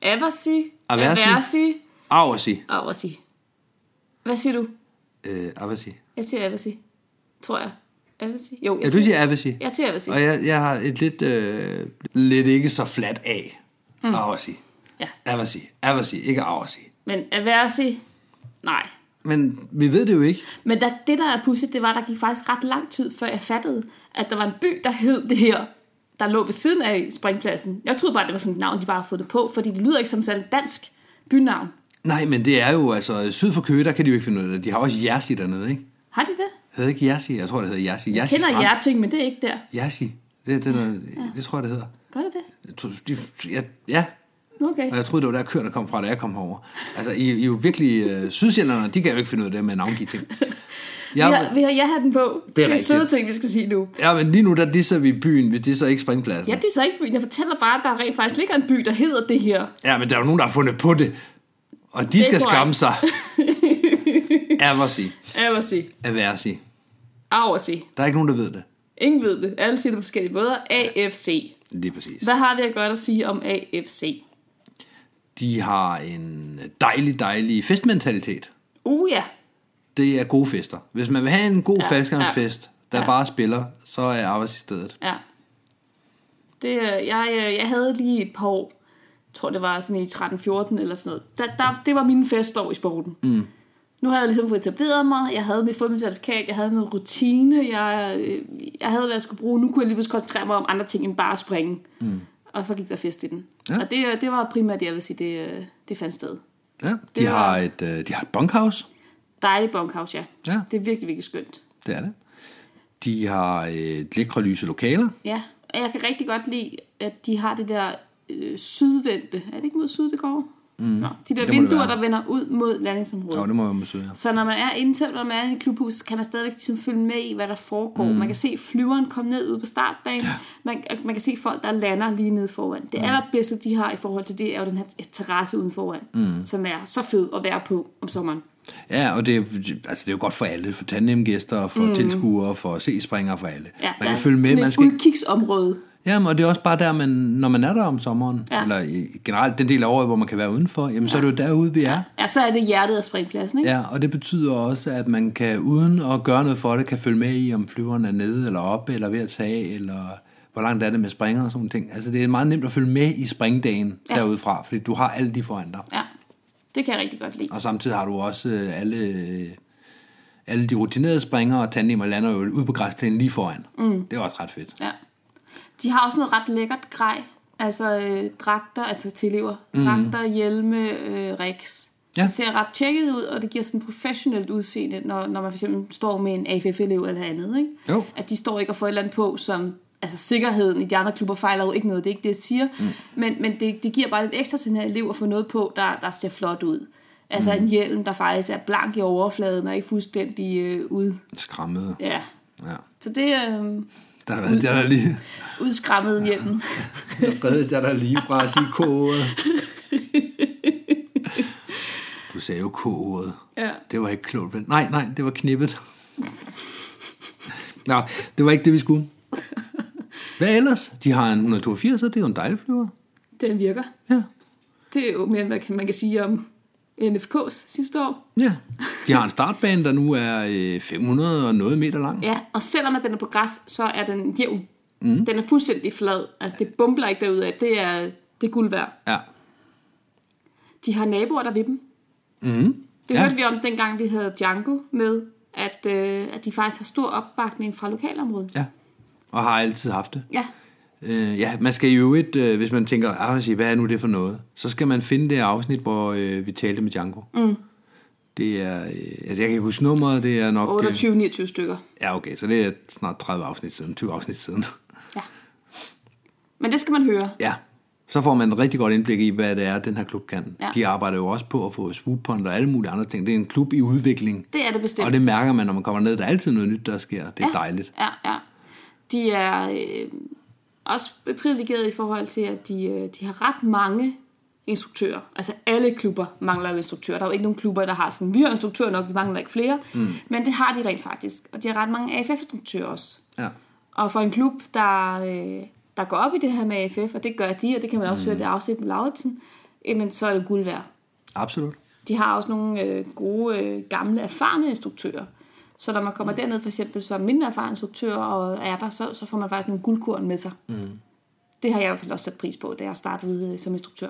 Aversi.
Aversi.
Aversi.
Aversi.
Aversi. Hvad siger du?
Øh, Aversi.
Jeg siger Aversi. Tror jeg. Aversi? Jo, jeg
Ja, du siger Aversi.
Jeg siger Aversi.
Og jeg, jeg har et lidt, øh, lidt ikke så flat af. Mm. Aversi.
Hmm. Ja.
Aversi. Aversi. Ikke Aversi.
Men Aversi? Nej.
Men vi ved det jo ikke.
Men der, det, der er pudsigt, det var, at der gik faktisk ret lang tid, før jeg fattede, at der var en by, der hed det her, der lå ved siden af springpladsen. Jeg troede bare, det var sådan et navn, de bare havde fået det på, fordi det lyder ikke som særlig dansk bynavn.
Nej, men det er jo altså... Syd for Køge, der kan de jo ikke finde ud af det. De har også Jersi dernede, ikke?
Har de det?
Hedder ikke Jersi? Jeg tror, det hedder Jersi.
Jeg
Jersi
kender
Strand.
Hjerting, men det er ikke der.
Jersi. Det, det, det, det, tror jeg, det hedder.
Gør det det?
Jeg tror- de- Ja, ja.
Okay.
Og jeg troede, det var der køerne kom fra, da jeg kom herover. Altså, I, I er jo virkelig... Øh, sydsjælderne, de kan jo ikke finde ud af det med at navngive
[laughs]
ting.
Vi
Jeg,
har, vi har ja-hatten på. Det er, det er
rigtigt.
søde ting, vi skal sige nu.
Ja, men lige nu, der disser vi byen, vi disser ikke springpladsen.
Ja, det er så ikke byen. Jeg fortæller bare, at der rent faktisk ligger en by, der hedder det her.
Ja, men der er jo nogen, der har fundet på det. Og de
er
det skal
korrekt.
skamme sig. Aversi.
Aversi.
Aversi.
Aversi.
Der er ikke nogen, der ved det.
Ingen ved det. Alle siger det på forskellige måder. AFC.
Lige præcis.
Hvad har vi at godt at sige om AFC?
De har en dejlig, dejlig festmentalitet.
Uh ja.
Det er gode fester. Hvis man vil have en god
Ja,
ja, fast der
ja.
bare spiller, så er Aversi stedet.
Ja. Det, øh, jeg, øh, jeg havde lige et par år, jeg tror det var sådan i 13-14 eller sådan noget. Der, der, det var mine festår i sporten. Mm. Nu havde jeg ligesom fået etableret mig, jeg havde mit, fået mit certifikat, jeg havde noget rutine, jeg, øh, jeg havde hvad jeg skulle bruge. Nu kunne jeg lige pludselig koncentrere mig om andre ting end bare at springe. Mm. Og så gik der fest i den.
Ja.
Og det, øh, det var primært, jeg vil sige, det, øh, det fandt sted.
Ja, de,
Det er-
har et, øh, de har et bunkhouse.
Dejligt bunkhouse, ja.
Ja.
Det er virkelig, virkelig skønt.
Det er det. De har et lækre lyse lokaler.
Ja, og jeg kan rigtig godt lide, at de har det der øh, sydvendte. Er det ikke mod syd, det går? Mm. Nå, de der
det
vinduer,
være.
der vender ud mod landingsområdet.
Jo, det må man måske ja.
Så når man er inde til, når man er i et klubhus, kan man stadigvæk ligesom følge med i, hvad der foregår. Mm. Man kan se flyveren komme ned ude på startbanen. Ja. Man, og man kan se folk, der lander lige nede foran. Det mm. allerbedste, de har i forhold til det, er jo den her terrasse uden foran, mm. som er så fed at være på om sommeren.
Ja, og det, er- altså, det er jo godt for alle. For tandemgæster, for mm. tilskuere, for C-springere, for alle.
Ja,
man
der
kan
er
følge med.
sådan
Man
et
skal...
udkigsområde.
Jamen, og det er også bare der, man, når man er der om sommeren,
Ja.
ja. eller i- generelt den del af året, hvor man kan være udenfor, jamen så er det jo derude, vi er.
Ja, så er det hjertet af springpladsen, ikke?
Ja, og det betyder også, at man kan uden at gøre noget for det, kan følge med i, om flyveren er nede eller oppe, eller ved at tage, eller hvor langt er det med springer og sådan nogle ting. Altså det er meget nemt at følge med i springdagen
Ja.
ja. derudefra, fordi du har alle de foran dig.
ja. Det kan jeg rigtig godt lide.
Og samtidig har du også øh, alle, øh, alle de rutinerede springere og tandemer lander jo ude på græsplænen lige foran. Mm. Det er også ret fedt.
Ja. De har også noget ret lækkert grej. Altså øh, dragter, altså tiløver. Dragter, hjelme, øh, riks. Ja.
Mm. Ja.
Det ser ret tjekket ud, og det giver sådan professionelt udseende, når, når man for eksempel står med en AFF-elev eller andet. Ikke?
Jo.
At de står ikke og får et eller andet på, som... Altså sikkerheden i de andre klubber fejler jo ikke noget, det er ikke det, jeg siger. Mm. Men, men det, det giver bare lidt ekstra til den her elev at få noget på, der, der ser flot ud. Altså mm. en hjelm, der faktisk er blank i overfladen og ikke fuldstændig øh, ude.
Skræmmede.
Ja.
Ja.
Så det øh,
Der reddede jeg dig lige,
udskræmmede hjelmen.
der reddede jeg dig lige fra at sige K-ordet. Du sagde jo K-ordet.
Ja.
Det var ikke klogt. vel? Nej, nej, det var knippet. Nå, det var ikke det, vi skulle. Hvad ellers? De har en 182, det er jo en dejlig flyver.
[laughs] Den virker.
Ja.
Det er jo mere, end hvad kan- man kan sige om NFK's sidste år.
ja. De har en startbane, der nu er øh, 500 og noget meter lang.
Ja, og selvom at den er på græs, så er den jævn. Mm. Den er fuldstændig flad. Altså, det bumbler ikke derudad. Det er, det er guld værd.
Ja.
De har naboer, der ved dem.
Mm.
Det ja.
Ja.
hørte vi om, dengang vi havde Django med, at, øh, at de faktisk har stor opbakning fra lokalområdet.
ja. og har altid haft det.
Ja.
Øh, ja, man skal jo et, øh, hvis man tænker, ah, hvad hvad er nu det for noget? Så skal man finde det afsnit, hvor øh, vi talte med Django. Mm. Det er, øh, altså jeg kan ikke huske nummeret, det er nok... øh,
28-29 stykker.
Ja, okay, så det er snart 30 afsnit siden, 20 afsnit siden.
Ja. Men det skal man høre.
Ja, [laughs] så får man et rigtig godt indblik i, hvad det er, den her klub kan.
Ja.
De arbejder jo også på at få swooppunt og alle mulige andre ting. Det er en klub i udvikling.
Det er det bestemt.
Og det mærker man, når man kommer ned. Der er altid noget nyt, der sker. Det er
ja.
dejligt.
Ja, ja. De er øh, også privilegeret i forhold til, at de, øh, de har ret mange instruktører. Altså alle klubber mangler jo instruktører. Der er jo ikke nogen klubber, der har sådan, vi har instruktører nok, vi mangler ikke flere. Mm. Men det har de rent faktisk. Og de har ret mange AFF-instruktører også.
Ja.
Og for en klub, der, øh, der går op i det her med AFF, og det gør de, og det kan man også mm. høre i det afsnit med Lauritsen, jamen så er det guld værd.
Absolut.
De har også nogle øh, gode, øh, gamle, erfarne instruktører. Så når man kommer derned for eksempel som mindre erfaren instruktør og er der, så, så får man faktisk nogle guldkorn med sig. Mm. Det har jeg i hvert fald også sat pris på, da jeg startede øh, som instruktør.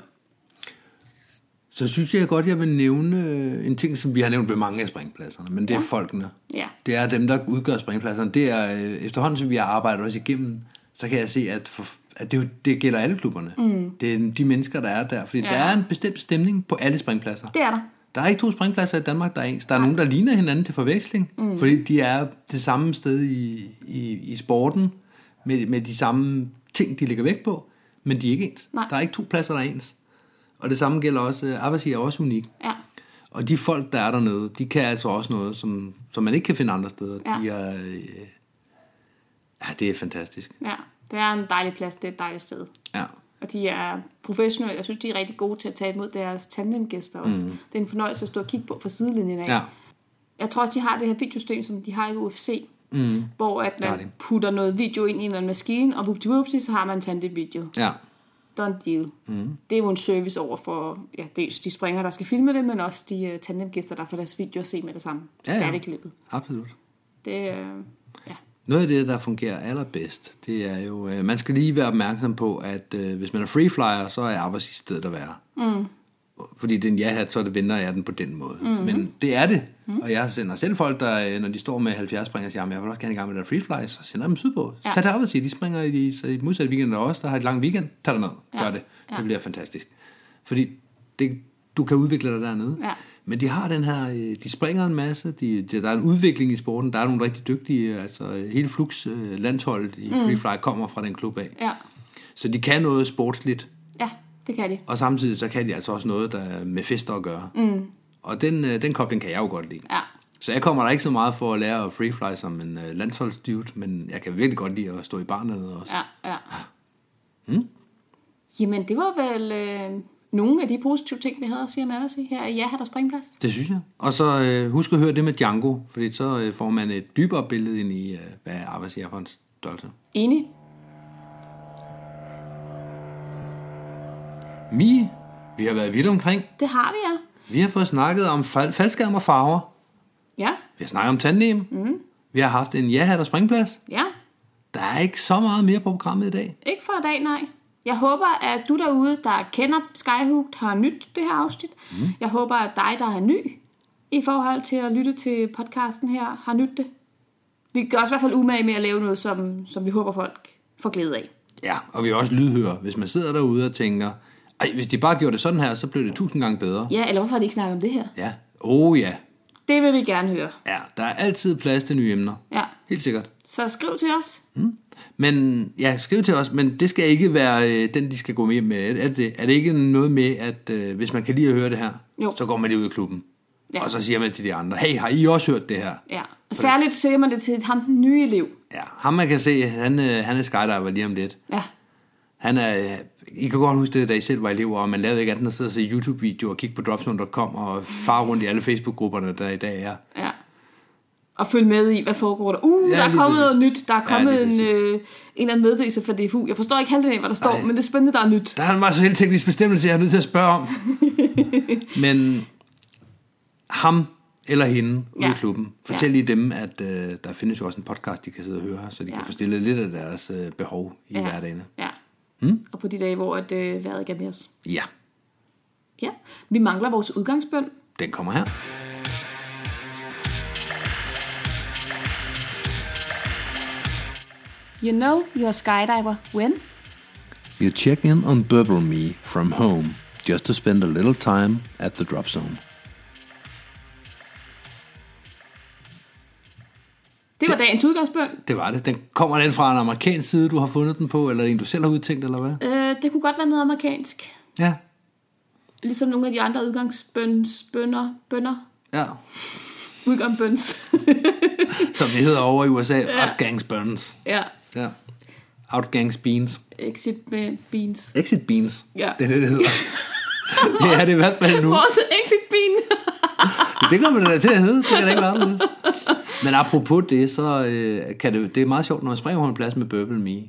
Så synes jeg godt, jeg vil nævne øh, en ting, som vi har nævnt ved mange af springpladserne, men det er ja. folkene.
Ja.
Det er dem, der udgør springpladserne. Det er øh, efterhånden, som vi har arbejdet også igennem, så kan jeg se, at, for, at det, jo- det gælder alle klubberne. Mm. Det er de mennesker, der er der. Fordi ja. der er en bestemt stemning på alle springpladser.
Det er der.
Der er ikke to springpladser i Danmark, der er ens. Der er nogen, der ligner hinanden til forveksling, mm. fordi de er det samme sted i, i, i sporten, med, med de samme ting, de ligger vægt på, men de er ikke ens.
Nej.
Der er ikke to pladser, der er ens. Og det samme gælder også, Abbasi er også unik.
Ja.
Og de folk, der er dernede, de kan altså også noget, som, som man ikke kan finde andre steder.
Ja.
De er, øh, ja, det er fantastisk.
ja. Det er en dejlig plads, det er et dejligt sted.
Ja.
Og de er professionelle. Jeg synes, de er rigtig gode til at tage imod deres tandemgæster også. Mm. Det er en fornøjelse at stå og kigge på fra sidelinjen af.
ja.
jeg tror også, de har det her videosystem, som de har i UFC, mm. hvor at
har
man
de.
putter noget video ind i en eller anden maskine, og whoopty whoopty, så har man en video.
Ja.
Done deal. Mm. Det er jo en service over for ja, dels de springer, der skal filme det, men også de uh, tandemgæster, der får deres video at se med det samme.
Ja, ja.
Færdigklippet.
Absolut.
Det, øh, ja.
Noget af det, der fungerer allerbedst, det er jo, øh, man skal lige være opmærksom på, at øh, hvis man er free flyer, så er arbejds i stedet at være. Mm. Fordi den jeg hat, så er det vinder jeg den på den måde. Mm. Men det er det. Mm. Og jeg sender selv folk, der, øh, når de står med 70 springer, siger, "Jamen, jeg vil også gerne i gang med den free fly, så sender jeg dem sydpå. Ja.
Ja.
Tag til arbejds i, de springer i, de, så i modsatte weekend der også, der har et langt weekend, tag dig med,
Ja.
gør det.
Ja.
Det bliver fantastisk. Fordi det, du kan udvikle dig dernede.
Ja.
Men de har den her, øh, de springer en masse, de, de, der er en udvikling i sporten, der er nogle rigtig dygtige, altså øh, hele Flux øh, landsholdet
Mm.
i Free Fly kommer fra den klub af.
Ja.
Så de kan noget sportsligt,
ja, det kan de.
og samtidig så kan de altså også noget, der er med fester at gøre. Mm. Og den, øh, den kobling kan jeg jo godt lide.
Ja.
Så jeg kommer der ikke så meget for at lære at free fly som en øh, landsholdsdude, men jeg kan virkelig godt lide at stå i barn dernede også.
Ja, ja.
Mm.
Jamen, det var vel øh, nogle af de positive ting, vi havde at sige om Abbasi her. Ja, har der springplads.
Det synes jeg. Og så øh, husk at høre det med Django, fordi så øh, får man et dybere billede ind i, øh, hvad arbejdsgiver for en størrelse.
Enig.
Mie, vi har været vidt omkring.
Det har vi, ja.
Vi har fået snakket om fal- faldskærm og farver.
Ja,
Vi har snakket om tandem. Mm. Vi har haft en ja-hat og springplads.
ja.
Der er ikke så meget mere på programmet i dag.
Ikke for i dag, nej. Jeg håber, at du derude, der kender Skyhooked, har nyt det her afsnit. Mm. Jeg håber, at dig, der er ny i forhold til at lytte til podcasten her, har nyt det. Vi gør os i hvert fald umage med at lave noget, som, som vi håber, folk får glæde af.
Ja, og vi er også lydhøre. Hvis man sidder derude og tænker, Ej, hvis de bare gjorde det sådan her, så blev det tusind gange bedre.
Ja, eller hvorfor har de ikke snakket om det her?
Ja. Oh ja.
Det vil vi gerne høre.
Ja, der er altid plads til nye emner.
Ja.
Helt sikkert.
Så skriv til os.
Men ja, skriv til os, men det skal ikke være øh, den, de skal gå hjem med. Er det, er det ikke noget med, at øh, hvis man kan lide at høre det her,
Jo.
så går man lige ud i klubben. Ja.
Ja.
Og så siger man til de andre, hey, har I også hørt det her?
Ja. Og særligt ser man det til ham, den nye elev.
Ja, ham man kan se, han, øh, han er skydiver lige om lidt.
Ja.
Han er, øh, I kan godt huske det, da I selv var elever, og man lavede ikke andet end at sidde og se YouTube-videoer og kigge på dropzone.com og far rundt i alle Facebook-grupperne, der i dag er.
Ja. Og følg med i, hvad foregår der. Uh, ja,
Ja,
der er
lige
kommet
præcis.
noget nyt. Der er
Ja,
kommet
lige
ja, en,
præcis.
øh, en eller anden meddelelse fra DFU. Jeg forstår ikke halvdelen af, hvad der står,
Ej.
Ej. men det er spændende, der er nyt.
Der er en masse hele teknisk bestemmelse, jeg er nødt til at spørge
[laughs]
om. Men ham eller hende ude ja. i
Ja.
klubben, fortæl
Ja.
lige dem, at øh, der findes jo også en podcast, de kan sidde og høre, så de ja.
Ja.
kan få stillet lidt af deres øh, behov i ja. hverdagen.
Ja. Hmm? Og på de dage, hvor at, øh, vejret ikke er med os.
Ja,
Ja. Vi mangler vores udgangsbøn.
den kommer her.
You know you're a skydiver when?
You check in on Burble Me from home just to spend a little time at the drop zone.
Det var dagens udgangspunkt.
Det var det. Den kommer den fra en amerikansk side, du har fundet den på, eller en, du selv har udtænkt, eller hvad?
Øh, det kunne godt være noget amerikansk.
Ja.
Ligesom nogle af de andre udgangsbøns, bønder, bønder,
Ja.
udgangsbøns. [laughs]
Som det hedder over i USA, Outgangs Burns.
ja,
Ja. Outgangs Beans.
exit med beans.
Exit Beans.
Ja.
Det er det, det hedder. ja, det er i hvert fald nu.
Vores exit bean.
Det kommer det da til at hedde. Det kan da ikke være anderledes. Men apropos det, så øh, kan det, det er meget sjovt, når man springer på en plads med Burble Me,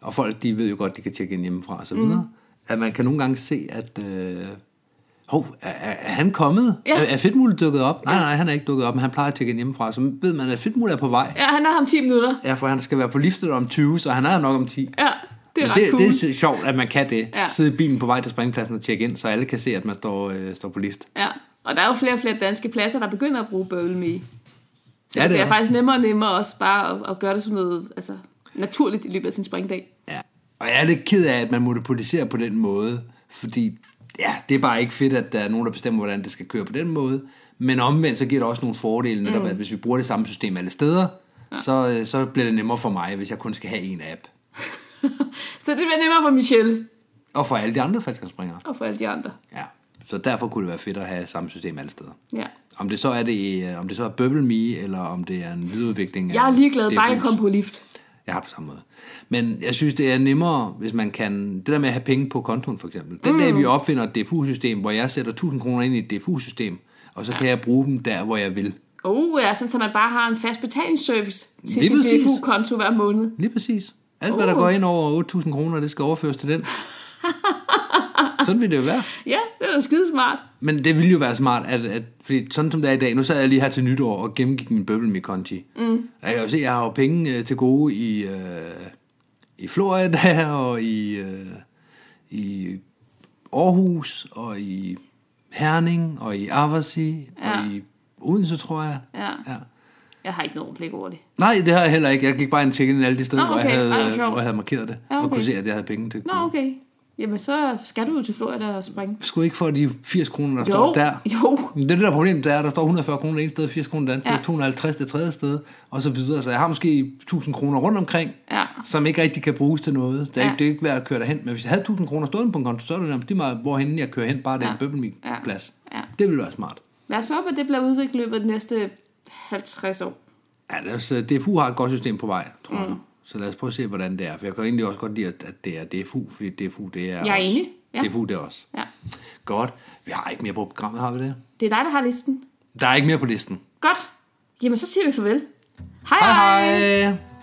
og folk de ved jo godt, de kan tjekke ind hjemmefra og så videre, mm. at man kan nogle gange se, at øh, hov, er, er, er han kommet?
Ja.
Ja. Er, er Fedtmule dukket op? Nej, nej, han er ikke dukket op, men han plejer at tjekke ind hjemmefra, så ved man, at Fedtmule er på vej.
Ja, han har ham 10 minutter.
Ja, for han skal være på liftet om 20, så han er nok om 10.
Ja, det er
Men
ret
det,
cool.
det er sjovt, at man kan det.
Ja.
Ja. Sidde i bilen på vej til springpladsen og tjekke ind, så alle kan se, at man står, øh, står på lift.
Ja, og der er jo flere og flere danske pladser, der begynder at bruge Bøvle Me. Så
Ja,
ja, det,
det
det er
er.
faktisk nemmere og nemmere også bare at, at gøre det som noget altså, naturligt i løbet af sin springdag. [laughs]
Ja. Og jeg er lidt ked af, at man monopoliserer på den måde, fordi ja, det er bare ikke fedt, at der er nogen, der bestemmer, hvordan det skal køre på den måde. Men omvendt, så giver det også nogle fordele, netop, mm. at hvis vi bruger det samme system alle steder, ja. så, øh, så bliver det nemmere for mig, hvis jeg kun skal have en app.
Så det bliver nemmere for Michelle
Og for alle de andre faldskabsspringere.
og for alle de andre.
Ja. Så derfor kunne det være fedt at have samme system alle steder.
Ja.
Om det så er det, øh, om det så er Bubble Me, eller om det er en videreudvikling af
Jeg er ligeglad,
det
bare jeg
hus.
kommer på lift.
Jeg har det på samme måde. Men jeg synes, det er nemmere, hvis man kan... Det der med at have penge på kontoen, for eksempel. Den mm. dag, vi opfinder et DFU-system, hvor jeg sætter 1000 kroner ind i et DFU-system, og så ja. kan jeg bruge dem der, hvor jeg vil.
Oh, ja, sådan, så man bare har en fast betalingsservice til
Lige
sin
præcis.
DFU-konto hver måned.
Lige præcis. Alt, hvad der
Uh.
går ind over 8000 kroner, det skal overføres til den. sådan vil det jo være.
Ja, det er da skidesmart.
Men det ville jo være smart, at, at fordi sådan som det er i dag, nu sad jeg lige her til nytår og gennemgik min bøbel med konti. Mm. Jeg kan jo se, jeg har jo penge øh, til gode i, øh, i Florida [laughs] og i, øh, i Aarhus og i Herning og i Aversi ja.
Ja.
og i Odense, tror jeg.
Ja.
ja.
Jeg har ikke noget overblik over det.
Nej, det har jeg heller ikke. Jeg gik bare ind og tjekkede ind alle de steder,
Nå,
hvor, jeg
okay.
havde,
Ej, hvor
øh,
sjovt.
hvor jeg havde markeret det.
Ja,
Og
okay.
kunne se, at jeg havde penge til
Nå,
gode.
okay. Jamen, så skal du jo til Florida og springe.
Skulle ikke få de 80 kroner, der
Jo,
står der.
jo.
Men Det er det der problem, der er, der står 140 kroner det ene sted, 80 kroner det andet
Ja.
sted, 250 det tredje sted, og så videre. Så jeg har måske 1000 kroner rundt omkring,
Ja.
som ikke rigtig kan bruges til noget. Det er,
Ja.
ja. ikke, det er ikke værd at køre derhen. Men hvis jeg havde 1000 kroner stående på en konto, så er det nærmest lige meget, hvorhen jeg kører hen, bare det er
Ja.
en bøbelmikplads.
Ja. Ja.
Det ville være smart.
Lad os håbe, at det bliver udviklet i løbet af de næste 50 år.
Ja, lad os, DFU har et godt system på vej, tror mm. jeg. Så lad os prøve at se, hvordan det er. For jeg kan egentlig også godt lide, at at det er DFU, fordi DFU det er
Jeg er
os.
enig. Ja.
DFU det er også.
Ja.
Godt. Vi har ikke mere på programmet, har vi det?
Det er dig, der har listen.
Der er ikke mere på listen.
Godt. Jamen, så siger vi farvel. Hej
Hej
hej. hej.
hej!